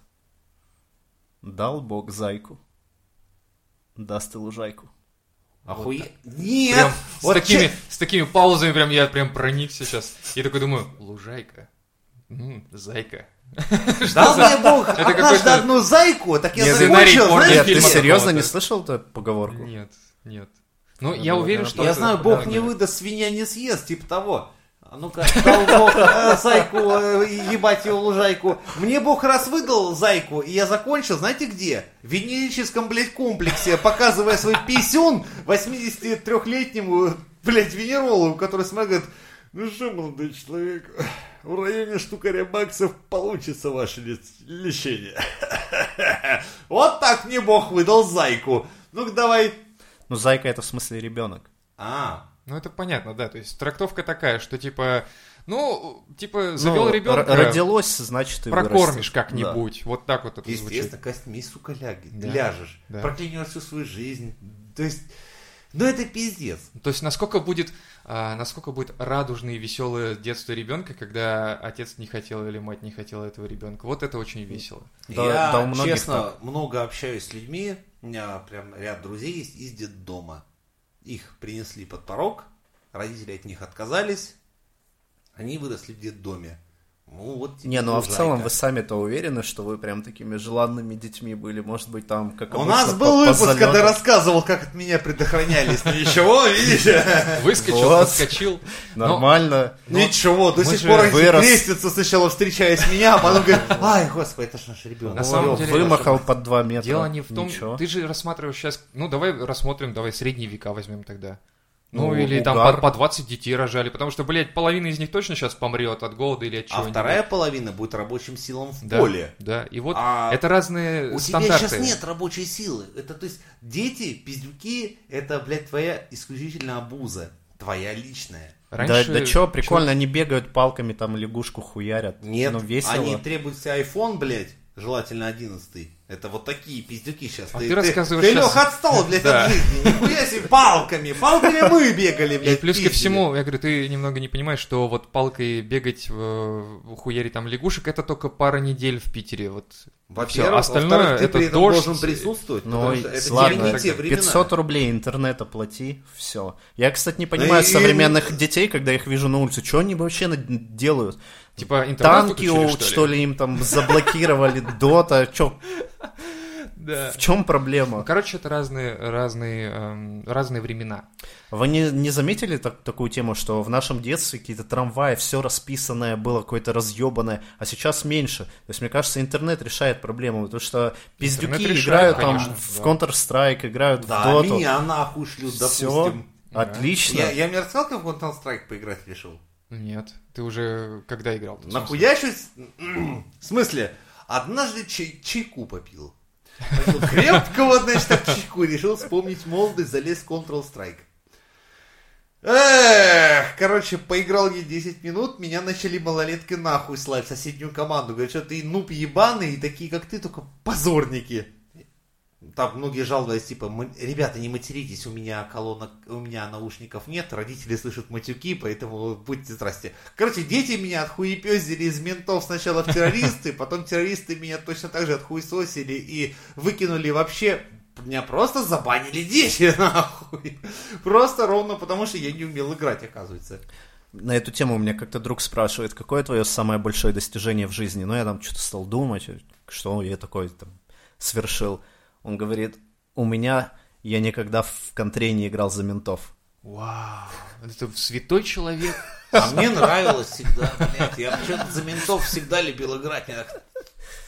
Speaker 3: Дал бог зайку, даст и лужайку.
Speaker 1: Охуе... Нет!
Speaker 2: Прям
Speaker 1: Вот
Speaker 2: с, такими,
Speaker 1: че-
Speaker 2: с такими паузами прям я прям проник сейчас. И такой думаю, лужайка, М, зайка.
Speaker 1: Да дай бог,
Speaker 2: Это
Speaker 1: однажды
Speaker 2: какой-то-
Speaker 1: одну зайку, а так я
Speaker 2: Нет,
Speaker 1: закончил,
Speaker 2: сценарий порно
Speaker 1: знаешь?
Speaker 2: Нет,
Speaker 3: Нет,
Speaker 2: фильма
Speaker 3: ты серьезно не
Speaker 2: какого-то.
Speaker 3: слышал эту поговорку?
Speaker 2: Нет, нет. Ну,
Speaker 3: Надо
Speaker 2: я
Speaker 3: было,
Speaker 2: уверен,
Speaker 3: наверное,
Speaker 2: что...
Speaker 1: Я
Speaker 2: это-
Speaker 1: знаю, бог
Speaker 2: да,
Speaker 1: не
Speaker 2: нет.
Speaker 1: выдаст, свинья не съест, типа того. А ну-ка, дал бог э, зайку, э, ебать его лужайку. Мне бог раз выдал зайку, и я закончил, знаете где? В венерическом, блядь, комплексе, показывая свой писюн 83-летнему, блядь, венерологу, который смотрит, говорит, ну что, молодой человек, в районе штукаря баксов получится ваше лец- лечение. Вот так мне бог выдал зайку. Ну-ка давай.
Speaker 3: Ну, зайка это в смысле ребенок.
Speaker 1: А,
Speaker 2: Ну, это понятно, да. То есть трактовка такая, что типа... Ну, типа, завел
Speaker 3: Ну,
Speaker 2: ребенка,
Speaker 3: р- Родилось, значит, и
Speaker 2: прокормишь
Speaker 3: вырастет.
Speaker 2: как-нибудь. Вот так вот это звучит.
Speaker 1: Естественно, костьми, сука, ляги-
Speaker 2: Да.
Speaker 1: ляжешь.
Speaker 2: Да.
Speaker 1: Проклянешь всю свою жизнь. То есть, ну это пиздец.
Speaker 2: То есть насколько будет, а, насколько будет радужное и веселое детство ребенка, когда отец не хотел или мать не хотела этого ребенка. Вот это очень весело.
Speaker 3: Да,
Speaker 1: я,
Speaker 3: да, у многих
Speaker 1: честно, много общаюсь с людьми. У меня прям ряд друзей есть из детдома. Их принесли под порог, родители от них отказались, они выросли в детдоме. Ну, вот тебе
Speaker 3: Не, ну а в
Speaker 1: лужайка.
Speaker 3: целом вы сами-то уверены, что вы прям такими желанными детьми были? Может быть, там, как
Speaker 1: У
Speaker 3: обычно,
Speaker 1: нас
Speaker 3: по-
Speaker 1: был
Speaker 3: по
Speaker 1: выпуск, когда
Speaker 3: залету?
Speaker 1: рассказывал, как от меня предохранялись. Ну, Ничего, видите?
Speaker 2: Выскочил,
Speaker 3: Вот.
Speaker 2: подскочил. но-
Speaker 3: Нормально. Ну,
Speaker 1: Ничего, Ну до
Speaker 2: мы
Speaker 1: сих
Speaker 2: же
Speaker 1: пор они
Speaker 3: вырос.
Speaker 1: крестятся сначала, встречаясь меня, а потом говорят, ай, господи, это ж наш ребенок.
Speaker 2: На самом деле,
Speaker 3: Вымахал под 2 метра.
Speaker 2: Дело не в том,
Speaker 3: ну, Ничего.
Speaker 2: ты же рассматриваешь сейчас, ну давай рассмотрим, давай средние века возьмем тогда. Ну,
Speaker 3: Ну,
Speaker 2: или там
Speaker 3: угар.
Speaker 2: по, по 20 детей рожали, потому что, блядь, половина из них точно сейчас помрет от голода или от
Speaker 1: А
Speaker 2: чего-нибудь.
Speaker 1: вторая половина будет рабочим силам в
Speaker 2: да,
Speaker 1: поле.
Speaker 2: Да, и вот
Speaker 1: А
Speaker 2: это разные
Speaker 1: У тебя
Speaker 2: стандарты.
Speaker 1: сейчас нет рабочей силы. Это, то есть, дети, пиздюки, это, блядь, твоя исключительно обуза. Твоя личная.
Speaker 2: Раньше-
Speaker 3: Да, да чё, прикольно, они бегают палками, там лягушку хуярят.
Speaker 1: Нет,
Speaker 3: Ну, весело.
Speaker 1: они требуют себе iPhone, блядь, желательно 11 Это вот такие пиздюки сейчас.
Speaker 2: А ты рассказываешь
Speaker 1: Ты,
Speaker 2: щас-
Speaker 1: Лёха, отстал, блядь,
Speaker 2: Да.
Speaker 1: от жизни. Нихуя себе, палками. Палками мы бегали,
Speaker 2: И
Speaker 1: блядь.
Speaker 2: плюс ко
Speaker 1: пиздили.
Speaker 2: всему, я говорю, ты немного не понимаешь, что вот палкой бегать, э, хуярить там лягушек, это только пара недель в Питере. Вот
Speaker 1: Во-первых,
Speaker 2: Всё, остальное
Speaker 1: во-вторых, ты
Speaker 2: это
Speaker 1: при этом
Speaker 2: дождь.
Speaker 1: должен присутствовать,
Speaker 3: Ну,
Speaker 1: потому
Speaker 3: и-
Speaker 1: что это
Speaker 3: ладно,
Speaker 1: тебе не те времена.
Speaker 3: 500 рублей интернет оплати, все. Я, кстати, не понимаю
Speaker 1: Ну и-
Speaker 3: современных детей, когда их вижу на улице, что они вообще на- делают?
Speaker 2: типа интернет
Speaker 3: Танки,
Speaker 2: выключили,
Speaker 3: о,
Speaker 2: что ли?
Speaker 3: им там заблокировали, дота, чё,
Speaker 2: Да.
Speaker 3: в чем
Speaker 2: Ну,
Speaker 3: проблема?
Speaker 2: Короче, это разные, разные, эм, разные времена.
Speaker 3: Вы не, не заметили так- такую тему, что в нашем детстве какие-то трамваи, все расписанное было какое-то разъебанное, а сейчас меньше. То есть, мне кажется, интернет решает проблему, потому что пиздюки
Speaker 2: решает,
Speaker 3: играют
Speaker 2: конечно,
Speaker 3: там в
Speaker 2: да.
Speaker 3: Counter-Strike, играют
Speaker 1: Да, а,
Speaker 3: в доту.
Speaker 1: меня нахуй шлют,
Speaker 3: Все,
Speaker 1: допустим.
Speaker 3: отлично.
Speaker 1: Я, я мне рассказал, как в Counter-Strike поиграть решил?
Speaker 2: Нет, ты уже когда играл? в смысле?
Speaker 1: Нахуячусь? В смысле? Однажды чай- чайку попил. Попил Крепкого, значит, так чайку. Решил вспомнить молодость, залез в Counter-Strike. Эх, короче, поиграл я 10 минут, меня начали малолетки нахуй слать в соседнюю команду. Говорят, что ты нуб ебаный, и такие, как ты, только позорники. Там многие жаловались, типа, «Мы- ребята, не материтесь, у меня колонок, у меня наушников нет, родители слышат матюки, поэтому будьте здрасте. Короче, дети меня отхуепезили из ментов сначала в террористы, потом террористы меня точно так же отхуесосили и выкинули вообще. Меня просто забанили дети, нахуй. Просто ровно потому, что я не умел играть, оказывается.
Speaker 3: На эту тему у меня как-то друг спрашивает, какое твое самое большое достижение в жизни? Ну, я там что-то стал думать, что я такое там совершил. Он говорит, у меня я никогда в контре не играл за ментов.
Speaker 2: Вау, это святой человек.
Speaker 1: А мне нравилось всегда, блядь. Я почему-то за ментов всегда любил играть. Мне так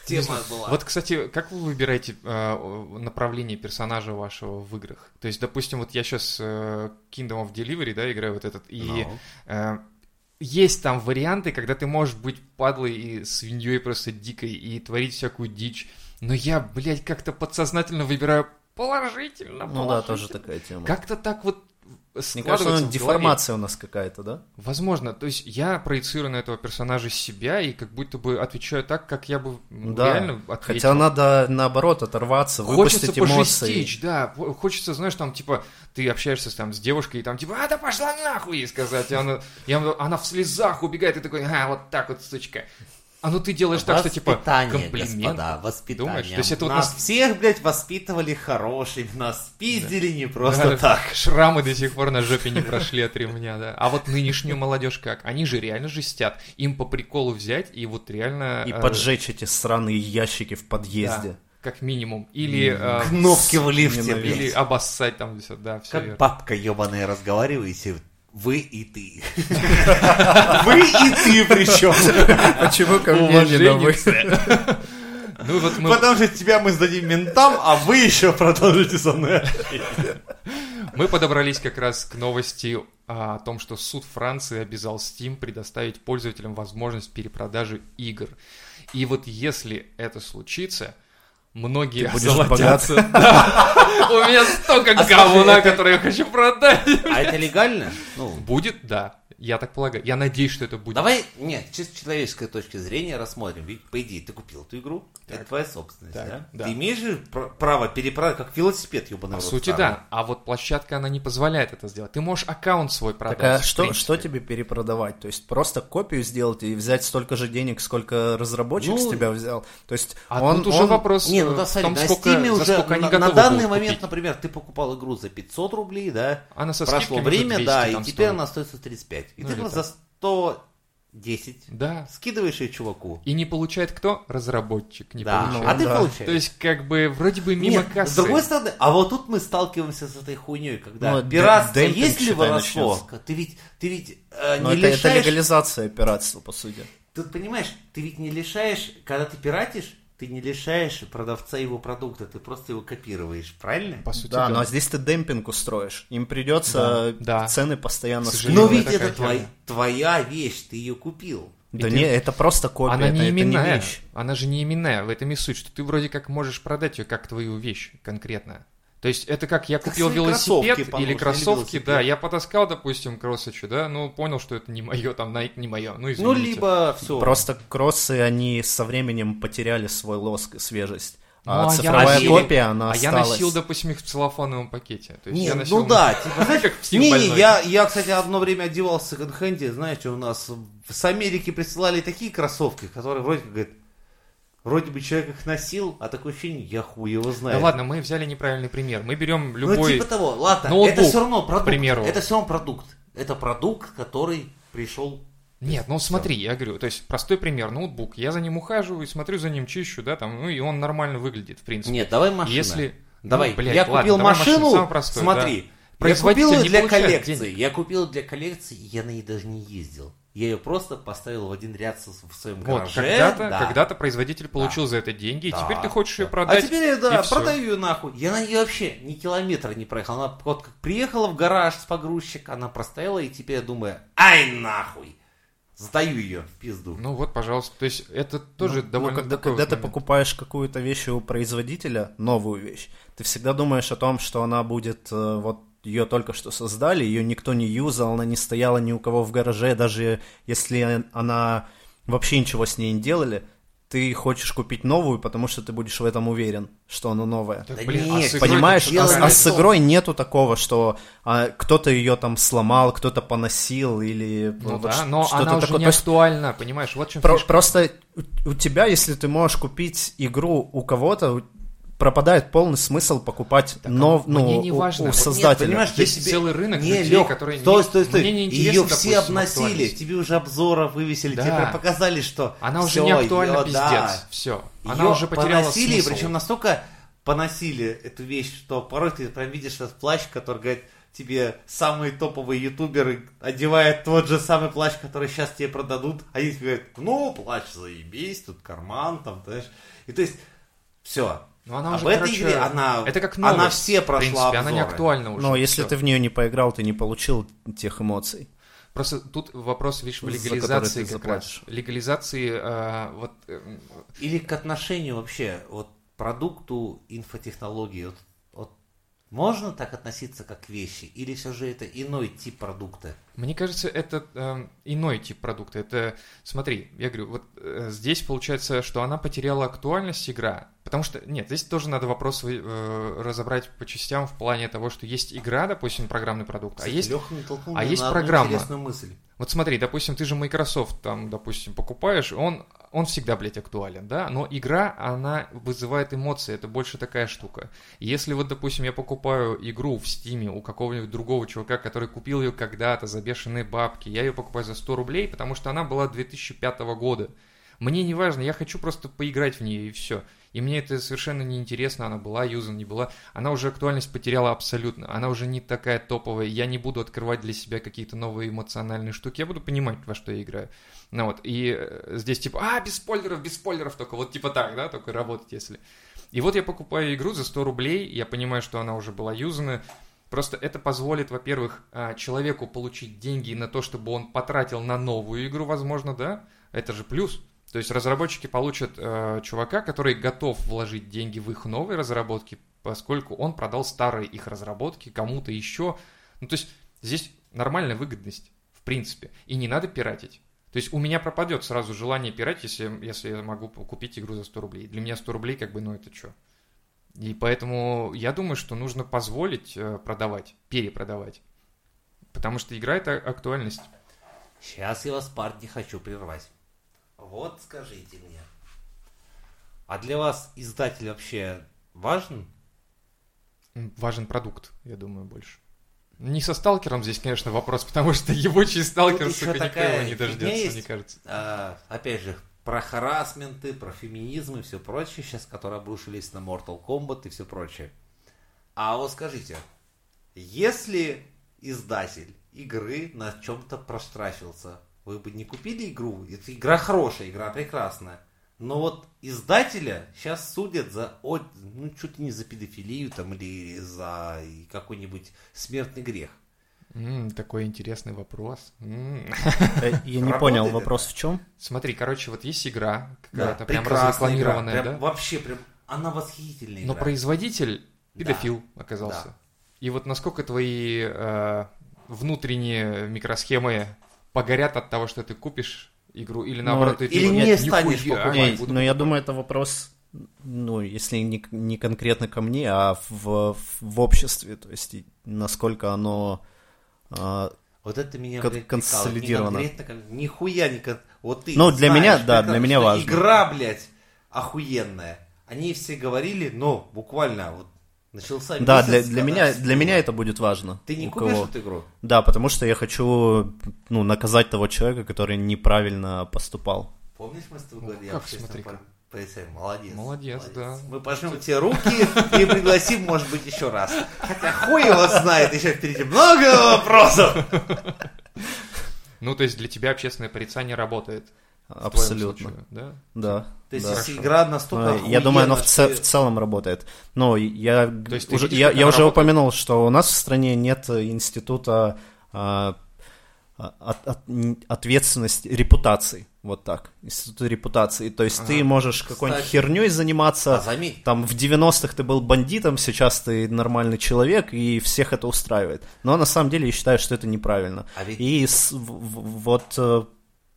Speaker 1: Тема была.
Speaker 2: Вот, кстати, как вы выбираете э, направление персонажа вашего в играх? То есть, допустим, вот я сейчас Kingdom of Delivery, да, играю вот этот, и
Speaker 1: Ну.
Speaker 2: э, есть там варианты, когда ты можешь быть падлой и свиньей просто дикой и творить всякую дичь, но я, блядь, как-то подсознательно выбираю положительно.
Speaker 3: Ну да, тоже
Speaker 2: положительно.
Speaker 3: такая тема.
Speaker 2: Как-то так вот
Speaker 3: Мне кажется,
Speaker 2: складывается
Speaker 3: ну,
Speaker 2: в голове.
Speaker 3: деформация у нас какая-то, да?
Speaker 2: Возможно, то есть я проецирую на этого персонажа себя и как будто бы отвечаю так, как я бы м,
Speaker 3: Ну Да.
Speaker 2: Ну, реально ответил.
Speaker 3: Хотя надо, наоборот, оторваться,
Speaker 2: Хочется
Speaker 3: выпустить эмоции.
Speaker 2: пожестичь, да. Хо- Хочется, знаешь, там, типа, ты общаешься с- там с девушкой, и там, типа, а, да пошла нахуй, и сказать. И она, и она, она в слезах убегает, и такой, а, вот так вот, сучка. А ну ты делаешь так, что, типа,
Speaker 1: Воспитание,
Speaker 2: комплимент.
Speaker 1: господа, воспитание.
Speaker 2: Думаешь? То есть это вот
Speaker 1: нас
Speaker 2: нас-
Speaker 1: всех, блядь, воспитывали хорошими, нас пиздили не
Speaker 2: Да,
Speaker 1: просто
Speaker 2: да.
Speaker 1: так.
Speaker 2: Шрамы до сих пор на жопе не прошли от ремня, да. А вот нынешнюю молодежь как? Они же реально жестят. Им по приколу взять и вот реально...
Speaker 3: И
Speaker 2: э,
Speaker 3: поджечь эти сраные ящики в
Speaker 2: да,
Speaker 3: подъезде.
Speaker 2: как минимум. Или, э,
Speaker 1: Кнопки в лифте,
Speaker 3: ненавижу.
Speaker 2: или а,
Speaker 1: блядь.
Speaker 2: обоссать там все, да, все
Speaker 1: Как бабка ебаная разговариваете, вы и ты. Вы и ты причем.
Speaker 3: Почему ко мне не на вы?
Speaker 2: Ну вот мы,
Speaker 1: Потому что тебя мы сдадим ментам, а вы еще продолжите со мной.
Speaker 2: мы подобрались как раз к новости а, о том, что суд Франции обязал Steam предоставить пользователям возможность перепродажи игр. И вот если это случится, многие
Speaker 3: Ты будешь
Speaker 2: озолотятся. Да. У меня столько
Speaker 1: А слушай,
Speaker 2: говна,
Speaker 1: это-
Speaker 2: которое я хочу продать.
Speaker 1: А это легально? Ну,
Speaker 2: Будет, да. Я так полагаю. Я надеюсь, что это будет.
Speaker 1: Давай, нет, чисто с человеческой точки зрения рассмотрим. Ведь, по идее, ты купил эту игру, это твоя собственность,
Speaker 2: Так,
Speaker 1: да?
Speaker 2: да.
Speaker 1: Ты имеешь же пр- право переправить, как велосипед, ебаный
Speaker 2: По
Speaker 1: в рот,
Speaker 2: сути,
Speaker 1: старый.
Speaker 2: да. А вот площадка, она не позволяет это сделать. Ты можешь аккаунт свой продать.
Speaker 3: Так а
Speaker 2: в
Speaker 3: что,
Speaker 2: принципе.
Speaker 3: что тебе перепродавать? То есть просто копию сделать и взять столько же денег, сколько разработчик
Speaker 1: Ну,
Speaker 3: с тебя взял? То есть
Speaker 2: А
Speaker 3: он,
Speaker 2: тут уже
Speaker 3: он-
Speaker 2: вопрос
Speaker 1: Не,
Speaker 2: э,
Speaker 1: ну да,
Speaker 2: в
Speaker 1: смотри,
Speaker 2: том,
Speaker 1: на
Speaker 2: сколько,
Speaker 1: Steam
Speaker 2: за
Speaker 1: уже
Speaker 2: сколько они
Speaker 1: на, на
Speaker 2: готовы
Speaker 1: данный
Speaker 2: будут
Speaker 1: момент,
Speaker 2: купить.
Speaker 1: например, ты покупал игру за 500 рублей, да,
Speaker 2: Она со
Speaker 1: прошло
Speaker 2: скидками
Speaker 1: время,
Speaker 2: тут 200
Speaker 1: да, и
Speaker 2: там
Speaker 1: теперь
Speaker 2: стоит.
Speaker 1: она стоит 135. И
Speaker 2: Ну
Speaker 1: ты
Speaker 2: или
Speaker 1: ну,
Speaker 2: так.
Speaker 1: за 110
Speaker 2: Да.
Speaker 1: скидываешь ее чуваку.
Speaker 2: И не получает кто? Разработчик не
Speaker 1: да,
Speaker 2: получает.
Speaker 1: а ты
Speaker 3: да.
Speaker 1: получаешь.
Speaker 2: То есть, как бы, вроде бы мимо
Speaker 1: Нет,
Speaker 2: кассы.
Speaker 1: С другой стороны, а вот тут мы сталкиваемся с этой хуйней, когда
Speaker 3: Ну,
Speaker 1: пиратство,
Speaker 3: демпинг,
Speaker 1: есть ли
Speaker 3: считай,
Speaker 1: воровство?
Speaker 3: начнется.
Speaker 1: Ты ведь, ты ведь э,
Speaker 3: Ну,
Speaker 1: не
Speaker 3: это, это
Speaker 1: лишаешь...
Speaker 3: легализация пиратства, по сути.
Speaker 1: Тут понимаешь, ты ведь не лишаешь, когда ты пиратишь, ты не лишаешь продавца его продукта, ты просто его копируешь, правильно?
Speaker 2: По сути,
Speaker 3: да, ну, а
Speaker 2: да.
Speaker 3: но здесь ты демпинг устроишь. Им придется
Speaker 2: Да, да.
Speaker 3: цены постоянно...
Speaker 2: К
Speaker 3: скидывать.
Speaker 2: сожалению,
Speaker 1: Но
Speaker 2: Блин,
Speaker 1: Ну, ведь
Speaker 2: такая
Speaker 1: это твоя,
Speaker 2: херня.
Speaker 1: твоя вещь, ты ее купил.
Speaker 3: Да
Speaker 2: И ты-
Speaker 3: не, это просто копия,
Speaker 2: Она
Speaker 3: это,
Speaker 2: не
Speaker 3: это не
Speaker 2: именная.
Speaker 3: вещь.
Speaker 2: Она же не именная. В этом и суть, что ты вроде как можешь продать ее как твою вещь конкретно. То есть это как я
Speaker 1: Как
Speaker 2: купил
Speaker 1: свои
Speaker 2: велосипед
Speaker 1: кроссовки, по-моему,
Speaker 2: или
Speaker 1: или
Speaker 2: кроссовки,
Speaker 1: велосипед.
Speaker 2: да, я потаскал, допустим, кроссовичу, да, ну понял, что это не мое, там Nike не мое, ну извините.
Speaker 1: Ну, либо все.
Speaker 3: Просто кроссы, они со временем потеряли свой лоск и свежесть.
Speaker 2: Ну,
Speaker 3: а,
Speaker 2: а я
Speaker 3: цифровая
Speaker 2: носил-
Speaker 3: копия, она
Speaker 2: А я
Speaker 3: осталась.
Speaker 2: носил, допустим, их в целлофановом пакете. То есть
Speaker 1: Не,
Speaker 2: я
Speaker 1: ну
Speaker 2: носил
Speaker 1: да, типа, знаешь,
Speaker 2: как в Steam
Speaker 1: Не, не,
Speaker 2: больной.
Speaker 1: я, я, кстати, одно время одевал в секонд-хенде, знаете, у нас с Америки присылали такие кроссовки, которые вроде как, говорит, вроде бы человек их носил, а такое ощущение, я хуй его
Speaker 2: Да
Speaker 1: знаю.
Speaker 2: ладно, мы взяли неправильный пример. Мы берем
Speaker 1: ну,
Speaker 2: любой...
Speaker 1: типа того, ладно, это
Speaker 2: ноутбук,
Speaker 1: все равно продукт.
Speaker 2: к примеру.
Speaker 1: Это все равно продукт. Это продукт, который пришел.
Speaker 2: Нет, ну смотри, я говорю, то есть простой пример, ноутбук. Я за ним ухаживаю, смотрю за ним, чищу, да, там, ну и он нормально выглядит, в принципе.
Speaker 1: Нет, давай машина.
Speaker 2: Если... ну,
Speaker 1: Давай,
Speaker 2: блядь,
Speaker 1: я
Speaker 2: ладно,
Speaker 1: купил
Speaker 2: давай
Speaker 1: машину,
Speaker 2: самый простой, да.
Speaker 1: смотри, я
Speaker 2: Производитель
Speaker 1: купил ее
Speaker 2: не
Speaker 1: для
Speaker 2: получает
Speaker 1: коллекции,
Speaker 2: денег.
Speaker 1: я купил ее для коллекции, и я на ней даже не ездил. Я ее просто поставил в один ряд со- в своем
Speaker 2: Вот,
Speaker 1: гараже.
Speaker 2: когда-то,
Speaker 1: да.
Speaker 2: когда-то производитель получил за это деньги, и
Speaker 1: Да,
Speaker 2: теперь ты хочешь ее
Speaker 1: да.
Speaker 2: продать.
Speaker 1: А теперь,
Speaker 2: и
Speaker 1: да,
Speaker 2: всё.
Speaker 1: продаю ее нахуй. Я на нее вообще ни километра не проехал. Она вот как приехала в гараж с погрузчика, она простояла, и теперь я думаю, ай нахуй, сдаю ее в пизду.
Speaker 2: Ну вот, пожалуйста. То есть это тоже
Speaker 3: Ну,
Speaker 2: довольно
Speaker 3: когда,
Speaker 2: такой
Speaker 3: когда
Speaker 2: вот
Speaker 3: ты
Speaker 2: момент.
Speaker 3: покупаешь какую-то вещь у производителя, новую вещь, ты всегда думаешь о том, что она будет э, вот ее только что создали, ее никто не юзал, она не стояла ни у кого в гараже, даже если она вообще ничего с ней не делали, ты хочешь купить новую, потому что ты будешь в этом уверен, что она новая.
Speaker 2: Так,
Speaker 1: Да
Speaker 2: блин,
Speaker 1: нет,
Speaker 2: а с игрой-то
Speaker 3: Понимаешь,
Speaker 2: всё
Speaker 1: дело
Speaker 3: а,
Speaker 1: не
Speaker 3: с-
Speaker 1: в
Speaker 2: правильно.
Speaker 3: а с
Speaker 1: том.
Speaker 3: игрой нету такого, что а, кто-то ее там сломал, кто-то поносил или
Speaker 2: Ну
Speaker 3: вот
Speaker 2: да,
Speaker 3: ш-
Speaker 2: но
Speaker 3: что-то
Speaker 2: она уже
Speaker 3: такое.
Speaker 2: не
Speaker 3: То есть
Speaker 2: актуальна, понимаешь, вот в чем
Speaker 3: Про-
Speaker 2: фишка.
Speaker 3: просто у, у тебя, если ты можешь купить игру у кого-то, у- пропадает полный смысл покупать
Speaker 2: а
Speaker 3: нов, ну,
Speaker 2: мне не
Speaker 3: у,
Speaker 2: важно.
Speaker 3: у
Speaker 2: Вот нет,
Speaker 3: создателя.
Speaker 1: понимаешь,
Speaker 2: Есть
Speaker 1: ты себе-
Speaker 2: целый рынок
Speaker 1: не,
Speaker 2: людей,
Speaker 1: Лёх,
Speaker 2: которые не-
Speaker 1: стой, стой, стой.
Speaker 2: мне не
Speaker 1: Ее
Speaker 2: интересно,
Speaker 1: все
Speaker 2: допустим,
Speaker 1: обносили,
Speaker 2: актуальность.
Speaker 1: тебе уже обзора вывесили,
Speaker 2: Да.
Speaker 1: тебе прям показали, что
Speaker 2: Она уже
Speaker 1: всё,
Speaker 2: не актуальна,
Speaker 1: её-
Speaker 2: пиздец.
Speaker 1: да.
Speaker 2: Все.
Speaker 1: Она
Speaker 2: Она уже потеряла
Speaker 1: поносили,
Speaker 2: смысл.
Speaker 1: причем настолько поносили эту вещь, что порой ты прям видишь этот плащ, который говорит, тебе самые топовые ютуберы одевают тот же самый плащ, который сейчас тебе продадут. Они тебе говорят, ну, плащ заебись, тут карман, там, знаешь. И то есть, все.
Speaker 2: Ну, она
Speaker 1: Об
Speaker 2: уже,
Speaker 1: А этой
Speaker 2: короче,
Speaker 1: игре она-
Speaker 2: это как
Speaker 1: она
Speaker 2: новость,
Speaker 1: все
Speaker 2: в
Speaker 1: прошла
Speaker 2: принципе, она не
Speaker 1: обзоры.
Speaker 2: актуальна уже.
Speaker 3: Но если
Speaker 2: всё.
Speaker 3: ты в нее не поиграл, ты не получил тех эмоций.
Speaker 2: Просто тут вопрос, видишь, в
Speaker 3: За
Speaker 2: легализации
Speaker 3: который ты
Speaker 2: как раз.
Speaker 3: заплатишь.
Speaker 2: Легализации, э, вот, э,
Speaker 1: Или к отношению вообще вот продукту инфотехнологии. Вот, вот можно так относиться как к вещи? Или все же это иной тип продукта?
Speaker 2: Мне кажется, это эм, иной тип продукта. Это, смотри, я говорю, вот э, здесь получается, что она потеряла актуальность игра. Потому что, нет, здесь тоже надо вопрос вы- э, разобрать по частям в плане того, что есть игра, допустим, программный продукт, а есть...
Speaker 1: Леха натолкнул
Speaker 2: а
Speaker 1: меня
Speaker 2: есть
Speaker 1: на одну
Speaker 2: программа.
Speaker 1: интересную мысль.
Speaker 2: Вот смотри, допустим, ты же Microsoft там, допустим, покупаешь, он, он всегда, блядь, актуален, да? Но игра, она вызывает эмоции, это больше такая штука. Если вот, допустим, я покупаю игру в Steam у какого-нибудь другого чувака, который купил ее когда-то за бешеные бабки, я ее покупаю за 100 рублей, потому что она была 2005 года. Мне не важно, я хочу просто поиграть в нее и все. И мне это совершенно не интересно, она была юзан, не была. Она уже актуальность потеряла абсолютно. Она уже не такая топовая. Я не буду открывать для себя какие-то новые эмоциональные штуки. Я буду понимать, во что я играю. Ну вот, и э, здесь типа, а, без спойлеров, без спойлеров только. Вот типа так, да, только работать, если. И вот я покупаю игру за 100 рублей, я понимаю, что она уже была юзана. Просто это позволит, во-первых, а, человеку получить деньги на то, чтобы он потратил на новую игру, возможно, да? Это же плюс. То есть разработчики получат э, чувака, который готов вложить деньги в их новые разработки, поскольку он продал старые их разработки кому-то еще. Ну, то есть здесь нормальная выгодность. В принципе. И не надо пиратить. То есть у меня пропадет сразу желание пиратить, если, если я могу купить игру за 100 рублей. Для меня 100 рублей как бы, ну это что? И поэтому я думаю, что нужно позволить э, продавать, перепродавать. Потому что игра это актуальность.
Speaker 1: Сейчас я вас, парни, хочу прервать. Вот скажите мне. А для вас издатель вообще важен?
Speaker 2: М, Важен продукт, я думаю, больше. Не со сталкером здесь, конечно, вопрос, потому что ебучий сталкер,
Speaker 1: Тут еще
Speaker 2: сука, никого
Speaker 1: такая
Speaker 2: не
Speaker 1: фигня
Speaker 2: дождется, мне
Speaker 1: есть.
Speaker 2: кажется.
Speaker 1: А, опять же, про харасменты, про феминизм и все прочее, сейчас, которые обрушились на Mortal Kombat и все прочее. А вот скажите, если издатель игры на чем-то прострафился, вы бы не купили игру? Это игра хорошая, игра прекрасная. Но вот издателя сейчас судят за, от- ну, чуть ли не за педофилию там или за какой-нибудь смертный грех.
Speaker 2: М, такой интересный вопрос. М.
Speaker 3: Э, Я не
Speaker 1: Работает
Speaker 3: понял,
Speaker 1: это?
Speaker 3: вопрос в чем?
Speaker 2: Смотри, короче, вот есть игра какая-то прям
Speaker 1: прекрасная
Speaker 2: разрекламированная,
Speaker 1: игра,
Speaker 2: да?
Speaker 1: прям Вообще прям, она восхитительная
Speaker 2: Но
Speaker 1: игра.
Speaker 2: производитель
Speaker 1: Да.
Speaker 2: педофил оказался.
Speaker 1: Да.
Speaker 2: И вот насколько твои э, внутренние микросхемы погорят от того, что ты купишь игру, или
Speaker 3: Но-
Speaker 2: наоборот, ты
Speaker 1: или
Speaker 2: такой,
Speaker 1: не
Speaker 2: «Нихуя,
Speaker 1: станешь покупать».
Speaker 2: я
Speaker 3: Не,
Speaker 2: буду
Speaker 3: но ну, я думаю, это вопрос, ну, если не, к- не конкретно ко мне, а в, в- в обществе, то есть и насколько оно... а,
Speaker 1: Вот это меня,
Speaker 3: Кон-
Speaker 1: блядь, прикалывает.
Speaker 3: консолидировано.
Speaker 1: Не конкретно, кон- Нихуя не кон- Вот ты
Speaker 3: Ну, для
Speaker 1: знаешь
Speaker 3: меня, да, для
Speaker 1: прекрасно,
Speaker 3: меня
Speaker 1: что
Speaker 3: важно.
Speaker 1: Игра, блядь, охуенная. Они все говорили, но буквально вот начался
Speaker 3: да, для,
Speaker 1: месяц,
Speaker 3: для,
Speaker 1: когда
Speaker 3: меня,
Speaker 1: всё
Speaker 3: для меня
Speaker 1: было.
Speaker 3: это будет важно.
Speaker 1: Ты не
Speaker 3: У
Speaker 1: купишь
Speaker 3: кого.
Speaker 1: эту игру?
Speaker 3: Да, потому что я хочу ну, наказать того человека, который неправильно поступал.
Speaker 1: Помнишь, мы с тобой
Speaker 2: Ну,
Speaker 1: говорили?
Speaker 2: как,
Speaker 1: об общественном
Speaker 2: смотри-ка.
Speaker 1: пар- полицейском? Молодец.
Speaker 2: Молодец, да.
Speaker 1: Мы пожмем тебе руки и пригласим, может быть, еще раз. Хотя хуй его знает, еще впереди много вопросов.
Speaker 2: Ну, то есть для тебя общественное порицание работает. в твоем
Speaker 3: Абсолютно.
Speaker 2: случае, да?
Speaker 3: Да.
Speaker 1: То есть,
Speaker 3: да.
Speaker 1: если игра настолько
Speaker 3: Но Ну, Я думаю, оно в,
Speaker 1: охуенно,
Speaker 3: ц-
Speaker 1: что-
Speaker 3: в целом работает. Но я г-
Speaker 2: есть ты
Speaker 3: уже,
Speaker 2: видишь,
Speaker 3: я,
Speaker 2: как
Speaker 3: я
Speaker 2: оно
Speaker 3: уже
Speaker 2: работает?
Speaker 3: упомянул, что у нас в стране нет э, института а, а, от- от- н- ответственности, репутации. Вот так. Института репутации. То есть ты можешь какой-нибудь
Speaker 1: Кстати.
Speaker 3: херней
Speaker 1: А
Speaker 3: заниматься.
Speaker 1: заметь,
Speaker 3: Там в 90-х ты был бандитом, сейчас ты нормальный человек, и всех это устраивает. Но на самом деле я считаю, что это неправильно.
Speaker 1: А ведь-
Speaker 3: И с- в- в- вот, э,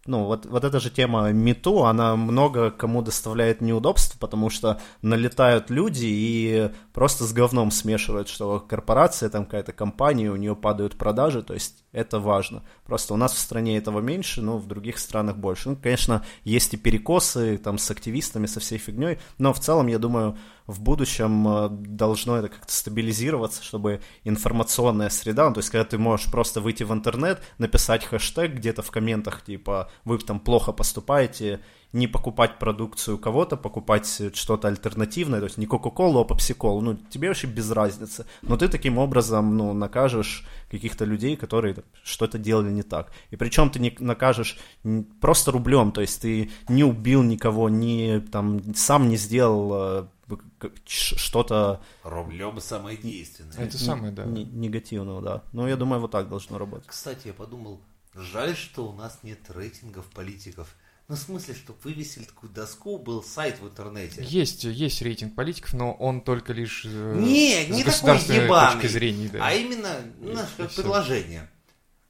Speaker 3: ну, вот, вот эта же тема МИТУ, она много кому доставляет неудобств, потому что налетают люди и просто с говном смешивают, что корпорация, там какая-то компания, у нее падают продажи, то есть это важно. Просто у нас в стране этого меньше, но в других странах больше. Ну, конечно, есть и перекосы там с активистами, со всей фигней, но в целом, я думаю, в будущем э, должно это как-то стабилизироваться, чтобы информационная среда, ну, то есть когда ты можешь просто выйти в интернет, написать хэштег где-то в комментах, типа, вы там плохо поступаете, не покупать продукцию кого-то, покупать э, что-то альтернативное, то есть не Кока-Колу, а Попсиколу, ну, тебе вообще без разницы, но ты таким образом, ну, накажешь каких-то людей, которые там что-то делали не так, и причем ты не накажешь н- просто рублем, то есть ты не убил никого, не, там, сам не сделал э, к- ч- что-то
Speaker 1: рублем самое действенное.
Speaker 2: Это самое, да.
Speaker 3: не- негативного, да. Ну, я думаю, вот так должно работать.
Speaker 1: Кстати, я подумал, жаль, что у нас нет рейтингов политиков. Ну, в смысле, что вывесили такую доску, был сайт в интернете.
Speaker 2: Есть, есть рейтинг политиков, но он только лишь э,
Speaker 1: Не, не
Speaker 2: с
Speaker 1: такой
Speaker 2: государственной
Speaker 1: ебаный.
Speaker 2: точки зрения. да.
Speaker 1: А именно
Speaker 2: и
Speaker 1: наше
Speaker 2: всё.
Speaker 1: предложение.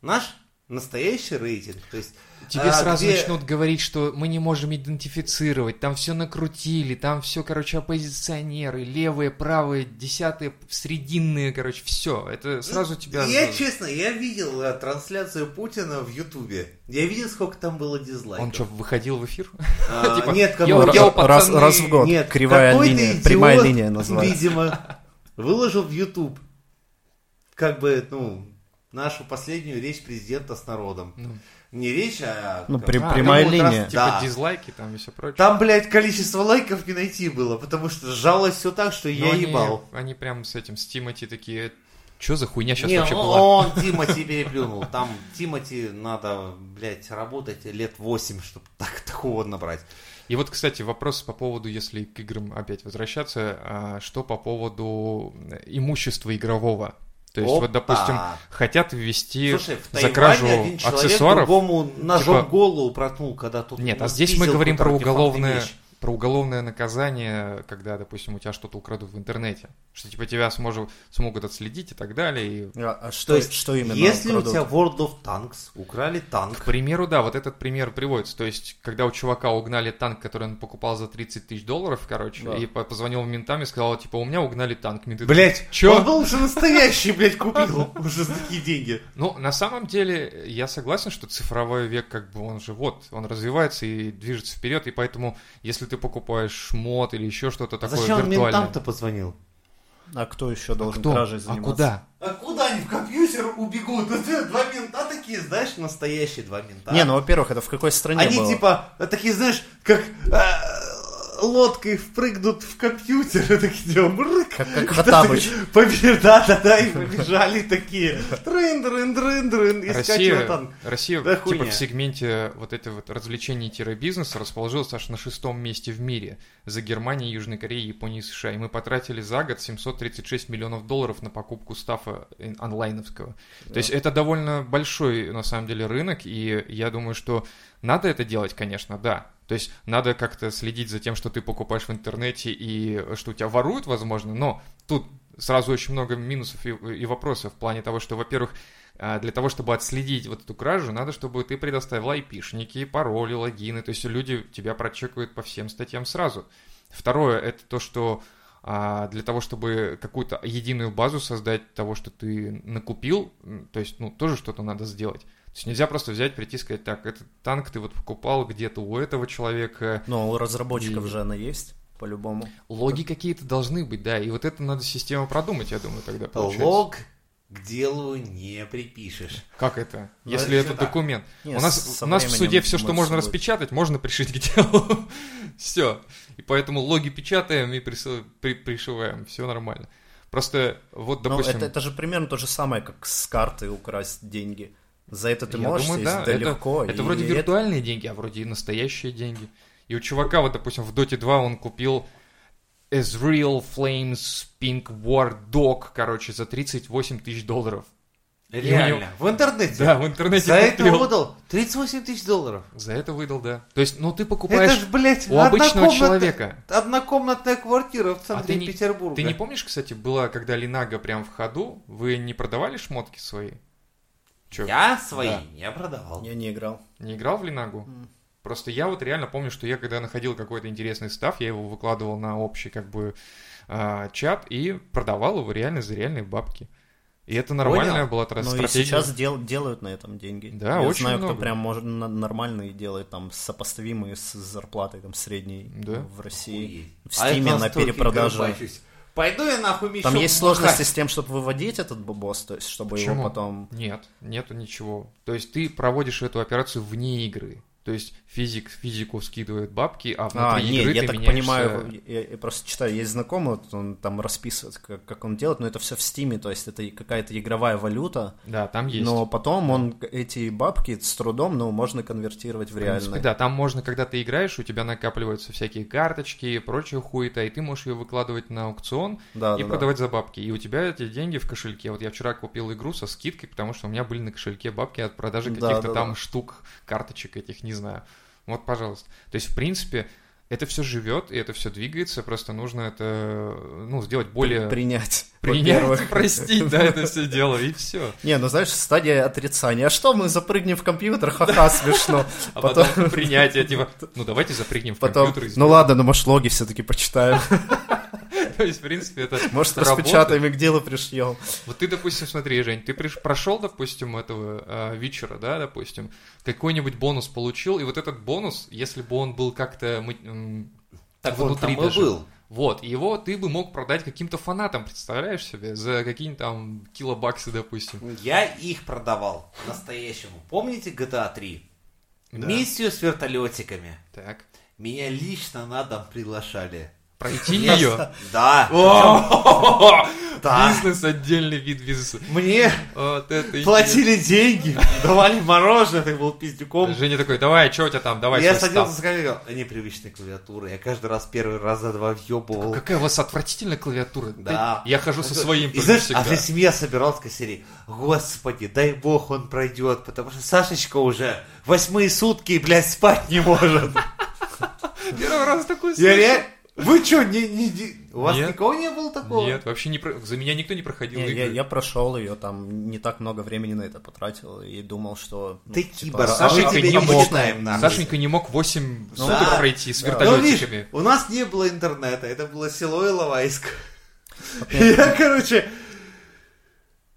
Speaker 1: Наш настоящий рейтинг, то есть...
Speaker 2: Тебе
Speaker 1: а,
Speaker 2: сразу
Speaker 1: где-
Speaker 2: начнут говорить, что мы не можем идентифицировать, там все накрутили, там все, короче, оппозиционеры, левые, правые, десятые, срединные, короче, все. Это сразу тебя...
Speaker 1: Я, честно, я видел э, трансляцию Путина в Ютубе. Я видел, сколько там было дизлайков.
Speaker 2: Он что, выходил в эфир?
Speaker 1: А,
Speaker 2: типа,
Speaker 1: Нет, как
Speaker 2: «Йоу,
Speaker 1: бы,
Speaker 2: йоу,
Speaker 3: раз,
Speaker 2: пацаны,
Speaker 3: раз в год.
Speaker 1: Нет,
Speaker 3: Кривая
Speaker 1: какой-то
Speaker 3: линия,
Speaker 1: идиот,
Speaker 3: прямая линия называется.
Speaker 1: Видимо, выложил в YouTube как бы, ну, нашу последнюю речь президента с народом.
Speaker 2: Ну.
Speaker 1: Не речь, а...
Speaker 3: Ну,
Speaker 1: как-
Speaker 3: прям-
Speaker 2: А,
Speaker 3: прямая
Speaker 2: ну, вот раз,
Speaker 3: линия.
Speaker 2: типа
Speaker 1: Да.
Speaker 2: дизлайки там и все прочее.
Speaker 1: Там, блядь, количество лайков не найти было, потому что сжалось все так, что
Speaker 2: Но
Speaker 3: Ну,
Speaker 1: я
Speaker 2: они-
Speaker 1: ебал.
Speaker 2: Они прям с этим, с Тимати такие, что за хуйня сейчас
Speaker 1: Не,
Speaker 2: вообще
Speaker 1: он,
Speaker 2: была?
Speaker 1: он Тимати переплюнул. Там Тимати надо, блядь, работать лет 8, чтобы так, такого набрать.
Speaker 2: И вот, кстати, вопрос по поводу, если к играм опять возвращаться, а, что по поводу имущества игрового? То есть,
Speaker 1: Опа.
Speaker 2: вот, допустим, хотят ввести
Speaker 1: Слушай, в
Speaker 2: за
Speaker 1: Тайване
Speaker 2: кражу
Speaker 1: один человек
Speaker 2: аксессуаров.
Speaker 1: другому ножом
Speaker 2: типа-
Speaker 1: голову проткнул, когда тут...
Speaker 2: Нет, а
Speaker 1: ну,
Speaker 2: здесь мы
Speaker 1: пиздил
Speaker 2: говорим про
Speaker 1: какую-то артефактную
Speaker 2: уголовное-
Speaker 1: вещь.
Speaker 2: про уголовное наказание, когда, допустим, у тебя что-то украдут в интернете, что типа тебя сможет, смогут отследить и так далее. И,
Speaker 3: А, а что,
Speaker 1: То есть,
Speaker 3: что именно?
Speaker 1: Если у
Speaker 3: крадут?
Speaker 1: тебя в World of Tanks украли
Speaker 2: к
Speaker 1: танк,
Speaker 2: примеру, да, вот этот пример приводится. То есть, когда у чувака угнали танк, который он покупал за 30 тысяч долларов, короче,
Speaker 3: Да.
Speaker 2: и по- позвонил в ментам и сказал, типа, у меня угнали танк. Менты такие,
Speaker 1: блять,
Speaker 2: чё?
Speaker 1: он был уже настоящий, блять, купил уже за такие деньги.
Speaker 2: Ну, на самом деле, я согласен, что цифровой век, как бы он же вот, он развивается и движется вперед, и поэтому, если ты покупаешь мод или еще что-то
Speaker 1: А
Speaker 2: такое
Speaker 1: зачем он
Speaker 2: виртуальное...
Speaker 1: ментам-то позвонил?
Speaker 3: А кто еще должен
Speaker 2: Кто?
Speaker 3: кражей
Speaker 2: А
Speaker 3: заниматься?
Speaker 2: куда?
Speaker 1: А куда они в компьютер убегут? Это два мента такие, знаешь, настоящие два мента.
Speaker 3: Не, ну, во-первых, это в какой стране
Speaker 1: Они
Speaker 3: было?
Speaker 1: типа такие, знаешь, как э, лодкой впрыгнут в компьютер и такие мрык.
Speaker 3: Как- как Хоттабыч.
Speaker 1: Побе- Да, да, да, и побежали такие. Трын, трын, трын, трын, и скачивают
Speaker 2: Россия,
Speaker 1: там.
Speaker 2: Россия
Speaker 1: Да
Speaker 2: типа,
Speaker 1: хуйня.
Speaker 2: в сегменте вот этого вот развлечений-бизнеса расположилась аж на шестом месте в мире за Германией, Южной Кореей, Японией и США. И мы потратили за год 736 миллионов долларов на покупку стафа ин- онлайновского. То есть это довольно большой, на самом деле, рынок, и я думаю, что надо это делать, конечно, да. То есть надо как-то следить за тем, что ты покупаешь в интернете и что у тебя воруют, возможно, но тут сразу очень много минусов и, и вопросов в плане того, что, во-первых, а, для того, чтобы отследить вот эту кражу, надо, чтобы ты предоставил айпишники, пароли, логины, то есть люди тебя прочекают по всем статьям сразу. Второе, это то, что а, для того, чтобы какую-то единую базу создать того, что ты накупил, м, то есть, ну, тоже что-то надо сделать. То есть нельзя просто взять, прийти и сказать, так, этот танк ты вот покупал где-то у этого человека,
Speaker 3: Ну, у разработчиков
Speaker 2: И-
Speaker 3: же она есть, по-любому.
Speaker 2: логи какие-то должны быть, да, и вот это надо систему продумать, я думаю, тогда получается.
Speaker 1: Лог к делу не припишешь.
Speaker 2: Как это?
Speaker 1: Ну,
Speaker 2: Если
Speaker 1: это
Speaker 2: это
Speaker 1: да.
Speaker 2: документ.
Speaker 3: Не,
Speaker 2: у
Speaker 3: с-
Speaker 2: нас,
Speaker 3: со
Speaker 2: у нас в
Speaker 3: временем
Speaker 2: суде все,
Speaker 3: мы
Speaker 2: что
Speaker 3: всё
Speaker 2: можно
Speaker 3: будет.
Speaker 2: распечатать, можно пришить к делу. все. И поэтому логи печатаем и присыл- при- пришиваем. Все нормально. Просто вот,
Speaker 3: Ну,
Speaker 2: допустим...
Speaker 3: это, это же примерно то же самое, как с карты украсть деньги. За это ты
Speaker 2: Я
Speaker 3: можешь
Speaker 2: думаю,
Speaker 3: сесть,
Speaker 2: да,
Speaker 3: да
Speaker 2: это,
Speaker 3: легко.
Speaker 2: это
Speaker 3: и
Speaker 2: вроде
Speaker 3: это-
Speaker 2: виртуальные деньги, а вроде и настоящие деньги. И у чувака, вот, допустим, в Доте 2 он купил Ezreal Flames Pink War Dog, короче, за 38 тысяч долларов.
Speaker 1: Реально, в интернете.
Speaker 2: Да, в интернете
Speaker 1: За это
Speaker 2: купил.
Speaker 1: отдал 38 тысяч долларов.
Speaker 2: За это выдал, да. То есть, ну ты покупаешь...
Speaker 1: Это ж, блядь,
Speaker 2: у обычного
Speaker 1: однокомнатная-
Speaker 2: человека.
Speaker 1: Однокомнатная квартира в
Speaker 2: А ты
Speaker 1: центре
Speaker 2: не-
Speaker 1: Петербурга.
Speaker 2: Ты не помнишь, кстати, была, когда Линага прям в ходу, вы не продавали шмотки свои? Чё,
Speaker 1: Я свои
Speaker 2: Да.
Speaker 1: не продавал.
Speaker 3: Я не играл.
Speaker 2: не играл в Линагу? Просто я вот реально помню, что я когда находил какой-то интересный став, я его выкладывал на общий как бы а, чат и продавал его реально за реальные бабки. И это нормальная была тра-
Speaker 3: Ну и
Speaker 2: стратегия.
Speaker 3: сейчас дел- делают на этом деньги.
Speaker 2: Да,
Speaker 3: Я
Speaker 2: очень
Speaker 3: знаю,
Speaker 2: много.
Speaker 3: кто прям может на- нормальные делает, там, сопоставимые с зарплатой там средней
Speaker 2: Да.
Speaker 3: в России.
Speaker 1: Охуеть.
Speaker 3: В
Speaker 1: А я
Speaker 3: Стиме на
Speaker 1: настолько
Speaker 3: перепродаже.
Speaker 1: горбачусь. Пойду я нахуй мечом.
Speaker 3: Там есть
Speaker 1: махать.
Speaker 3: сложности с тем, чтобы выводить этот бабос, то есть, чтобы
Speaker 2: Почему?
Speaker 3: его потом...
Speaker 2: Нет, нету ничего. То есть ты проводишь эту операцию вне игры. То есть физик физику скидывает бабки, а внутри
Speaker 3: А, нет,
Speaker 2: игры
Speaker 3: я
Speaker 2: ты
Speaker 3: так
Speaker 2: меняешься-
Speaker 3: понимаю, я, я просто читаю, есть знакомый, вот он там расписывает, как, как он делает, но это все в стиме, то есть это и какая-то игровая валюта,
Speaker 2: Да, там есть.
Speaker 3: но потом он эти бабки с трудом, ну, можно конвертировать в
Speaker 2: В принципе,
Speaker 3: реальные.
Speaker 2: да, там можно, когда ты играешь, у тебя накапливаются всякие карточки и прочая хуета, и ты можешь ее выкладывать на аукцион
Speaker 3: Да,
Speaker 2: и
Speaker 3: да, да.
Speaker 2: продавать за бабки. И у тебя эти деньги в кошельке. Вот я вчера купил игру со скидкой, потому что у меня были на кошельке бабки от продажи
Speaker 3: Да,
Speaker 2: каких-то
Speaker 3: да,
Speaker 2: там
Speaker 3: да.
Speaker 2: штук, карточек этих, не знаю. Вот, пожалуйста. То есть, в принципе, это все живет, и это все двигается, просто нужно это, ну, сделать более...
Speaker 3: Принять.
Speaker 2: Принять,
Speaker 3: во-первых.
Speaker 2: простить, да, это все дело, и все.
Speaker 3: Не, ну знаешь, стадия отрицания. А что мы запрыгнем в компьютер? Ха-ха, смешно.
Speaker 2: А
Speaker 3: Потом,
Speaker 2: потом, принятие, типа, ну давайте запрыгнем в
Speaker 3: потом,
Speaker 2: компьютер. и
Speaker 3: ну ладно, ну может логи все-таки почитаем.
Speaker 2: То есть, в принципе, это
Speaker 3: Может
Speaker 2: работает.
Speaker 3: распечатаем и к делу пришьем.
Speaker 2: Вот ты, допустим, смотри, Жень, ты приш- прошел, допустим, этого э, вечера, да, допустим, какой-нибудь бонус получил, и вот этот бонус, если бы он был как-то мы- м,
Speaker 1: Так он
Speaker 2: внутри
Speaker 1: там и
Speaker 2: даже,
Speaker 1: был.
Speaker 2: вот, его ты бы мог продать каким-то фанатам, представляешь себе, за какие-нибудь там килобаксы, допустим.
Speaker 1: Я их продавал настоящему. Помните GTA 3?
Speaker 2: Да.
Speaker 1: Миссию с вертолетиками.
Speaker 2: Так,
Speaker 1: Меня лично на дом приглашали.
Speaker 2: пройти
Speaker 1: Я-
Speaker 2: ее.
Speaker 1: Да, да.
Speaker 2: Бизнес, отдельный вид бизнеса.
Speaker 1: Мне
Speaker 2: Вот это
Speaker 1: платили деньги, давали мороженое, ты был пиздюком.
Speaker 2: интересно. Женя такой, давай, что у тебя там, давай,
Speaker 1: Я
Speaker 2: свой
Speaker 1: садился
Speaker 2: став».
Speaker 1: за камеру, говорил, непривычная клавиатура. Я каждый раз первый раз за два въебывал.
Speaker 2: Какая у вас отвратительная клавиатура.
Speaker 1: Да.
Speaker 2: Я хожу со своим
Speaker 1: И
Speaker 2: только
Speaker 1: знаешь,
Speaker 2: всегда.
Speaker 1: а вся семья собиралась к серии. Господи, дай бог он пройдет, потому что Сашечка уже восьмые сутки, блядь, спать не может.
Speaker 2: Первый раз такой
Speaker 1: Я реально... Вы что, не, не- не- у вас
Speaker 2: Нет.
Speaker 1: никого не было такого?
Speaker 2: Нет, вообще не про- за меня никто не проходил
Speaker 3: Не, я,
Speaker 2: игры.
Speaker 3: я прошел ее, там не так много времени на это потратил и думал, что... ну,
Speaker 1: Ты
Speaker 3: типа,
Speaker 1: киборг, а
Speaker 2: Сашенька
Speaker 1: мы тебя
Speaker 2: не
Speaker 1: не
Speaker 2: мог.
Speaker 1: почитаем, нахуй.
Speaker 2: Сашенька не мог 8
Speaker 1: Ну
Speaker 2: суток
Speaker 1: да.
Speaker 2: пройти с
Speaker 3: Да.
Speaker 1: Ну, видишь,
Speaker 2: вертолетчиками.
Speaker 1: у нас не было интернета, это было село Иловайск. Я, короче,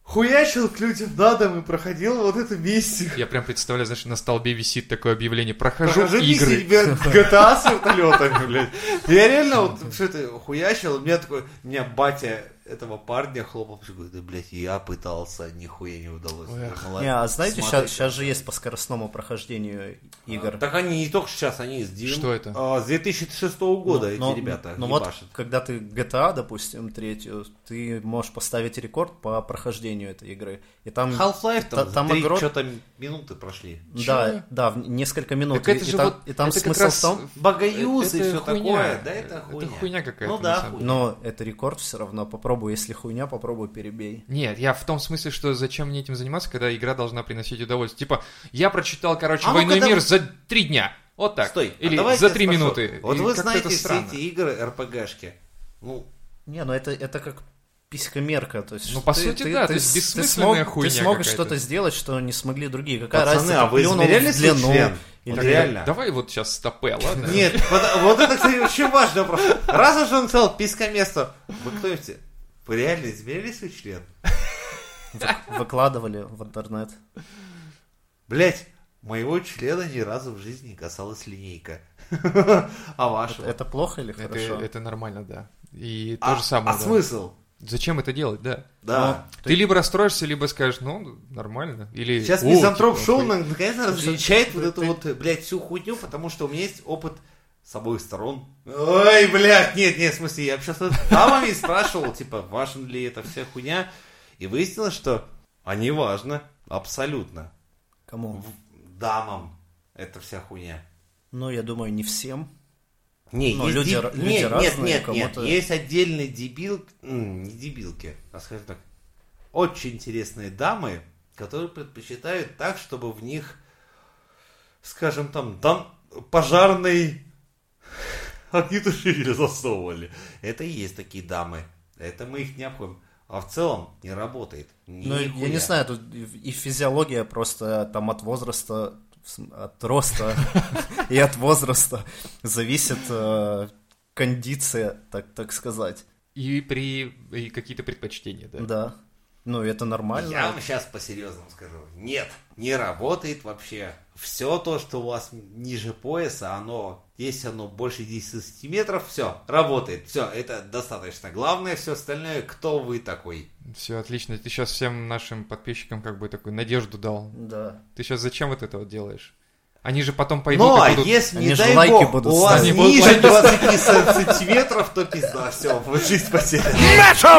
Speaker 1: хуячил к людям на дом и проходил вот эту миссию.
Speaker 2: Я прям представляю, знаешь, на столбе висит такое объявление. Прохожу,
Speaker 1: Прохожу
Speaker 2: игры.
Speaker 1: миссии вер- GTA с вертолетами, блядь. Я реально вот все это хуячил, у меня такой, меня батя этого парня хлопал, говорит, да, блядь, я пытался, нихуя не удалось. Я говорю, «Ну
Speaker 3: Не,
Speaker 1: ладно,
Speaker 3: а знаете,
Speaker 1: смотри».
Speaker 3: сейчас, же есть по скоростному прохождению
Speaker 2: А,
Speaker 3: игр.
Speaker 1: Так они не только сейчас, они из дев-
Speaker 2: Что это?
Speaker 1: а, с 2006 года эти
Speaker 3: Но-
Speaker 1: ребята
Speaker 3: но Ну, вот,
Speaker 1: ебашат.
Speaker 3: когда ты GTA, допустим, третью, ты можешь поставить рекорд по прохождению этой игры. И там...
Speaker 1: Half-Life там,
Speaker 3: Та- там игрок-
Speaker 1: что-то минуты прошли.
Speaker 2: Чё?
Speaker 3: Да, да, в несколько
Speaker 1: Ну,
Speaker 3: минут.
Speaker 2: Так это
Speaker 3: и,
Speaker 2: же
Speaker 3: и там,
Speaker 2: вот-
Speaker 3: и там
Speaker 2: это как
Speaker 3: смысл
Speaker 2: раз
Speaker 3: в том,
Speaker 1: Богоюз и
Speaker 2: Это
Speaker 1: все
Speaker 2: хуйня.
Speaker 1: такое. Да, Э, это
Speaker 2: Это
Speaker 1: хуйня.
Speaker 2: хуйня какая-то,
Speaker 1: Ну
Speaker 2: на
Speaker 1: да,
Speaker 2: самом
Speaker 1: хуйня.
Speaker 3: но это рекорд все равно. Попробуй, если хуйня, попробуй перебей.
Speaker 2: Нет, я в том смысле, что зачем мне этим заниматься, когда игра должна приносить удовольствие. Типа, я прочитал, короче,
Speaker 1: А ну-ка,
Speaker 2: «Войну и мир»
Speaker 1: давай-
Speaker 2: за три дня. Вот так.
Speaker 1: Стой, а
Speaker 2: Или
Speaker 1: давай я
Speaker 2: за
Speaker 1: тебя
Speaker 2: три
Speaker 1: спрошу.
Speaker 2: минуты.
Speaker 1: Вот
Speaker 2: И
Speaker 1: вы
Speaker 2: как-то
Speaker 1: знаете
Speaker 2: это
Speaker 1: все
Speaker 2: странно.
Speaker 1: эти игры РПГшки. Ну,
Speaker 3: Не, ну это, это как писькомерка. То есть,
Speaker 2: Ну, по
Speaker 3: ты-
Speaker 2: сути,
Speaker 3: ты-
Speaker 2: да, то
Speaker 3: ты
Speaker 2: есть
Speaker 3: с-
Speaker 2: бессмысленная
Speaker 3: ты смог-
Speaker 2: хуйня
Speaker 3: Ты смог
Speaker 2: какая-то.
Speaker 3: что-то сделать, что не смогли другие. Какая
Speaker 1: пацаны,
Speaker 3: разница,
Speaker 1: а вы
Speaker 3: ты плюнул
Speaker 1: измеряли
Speaker 3: в
Speaker 1: свой
Speaker 3: длину.
Speaker 1: член?
Speaker 3: или-
Speaker 1: Вот
Speaker 2: Так,
Speaker 1: реально.
Speaker 2: Давай вот сейчас стопе, ладно?
Speaker 1: Нет, под- вот это, кстати, очень важный вопрос. Раз уж он сказал писка место, вы кто-нибудь вы реально измерили свой член?
Speaker 3: Вы- Выкладывали в интернет.
Speaker 1: Блять, моего члена ни разу в жизни не касалась линейка. А вашего?
Speaker 3: Это плохо или
Speaker 2: Это,
Speaker 3: хорошо?
Speaker 2: это нормально, да. И
Speaker 1: А-
Speaker 2: то же самое.
Speaker 1: А
Speaker 2: да.
Speaker 1: смысл?
Speaker 2: Зачем это делать, да? Ну,
Speaker 1: Да.
Speaker 2: Ты, либо расстроишься, либо скажешь, ну, нормально. Или,
Speaker 1: Сейчас
Speaker 2: «О,
Speaker 1: мизантроп
Speaker 2: типа,
Speaker 1: шоу
Speaker 2: охуенно».
Speaker 1: на- наконец-то различает вот эту вот, э, блядь, всю хуйню, потому что у меня есть опыт с обоих сторон. Ой, блядь, нет, нет, в смысле, я сейчас с дамами спрашивал, типа, важен ли эта вся хуйня, и выяснилось, что а не важно, абсолютно.
Speaker 3: Кому?
Speaker 1: Дамам эта вся хуйня.
Speaker 3: Ну, я думаю, не всем.
Speaker 1: Не,
Speaker 3: Ну,
Speaker 1: есть
Speaker 3: люди
Speaker 1: деб-
Speaker 3: ра- люди
Speaker 1: нет, нет,
Speaker 3: разные,
Speaker 1: нет, нет,
Speaker 3: кому-то-
Speaker 1: есть отдельные дебил, м, не дебилки, а скажем так, очень интересные дамы, которые предпочитают так, чтобы в них, скажем там, там пожарный огнетушитель засовывали. Это и есть такие дамы. Это мы их не обходим. А в целом не работает.
Speaker 3: Ну, я не
Speaker 1: Нихуя.
Speaker 3: знаю, тут и и физиология просто там от возраста, в см- от роста и от возраста зависит э, кондиция, так, так сказать.
Speaker 2: И при и какие-то предпочтения, да.
Speaker 3: Да. Ну, это
Speaker 1: Я
Speaker 3: нормально.
Speaker 1: вам сейчас по-серьезному скажу. Нет, не работает вообще. Все то, что у вас ниже пояса, оно, если оно больше 10 сантиметров, все, работает. Все, это достаточно. Главное, все остальное, кто вы такой.
Speaker 2: Все отлично. Ты сейчас всем нашим подписчикам как бы такую надежду дал.
Speaker 3: Да.
Speaker 2: Ты сейчас зачем вот это вот делаешь? Они же потом пойдут
Speaker 1: Ну, а
Speaker 2: и будут...
Speaker 1: если,
Speaker 3: Они
Speaker 1: не
Speaker 3: же
Speaker 1: дай
Speaker 3: лайки
Speaker 1: бог,
Speaker 3: будут
Speaker 1: у вас
Speaker 2: ставить. Они будут
Speaker 1: ниже
Speaker 2: лайки
Speaker 1: 20 сантиметров, то пизда, все, жизнь потеряна.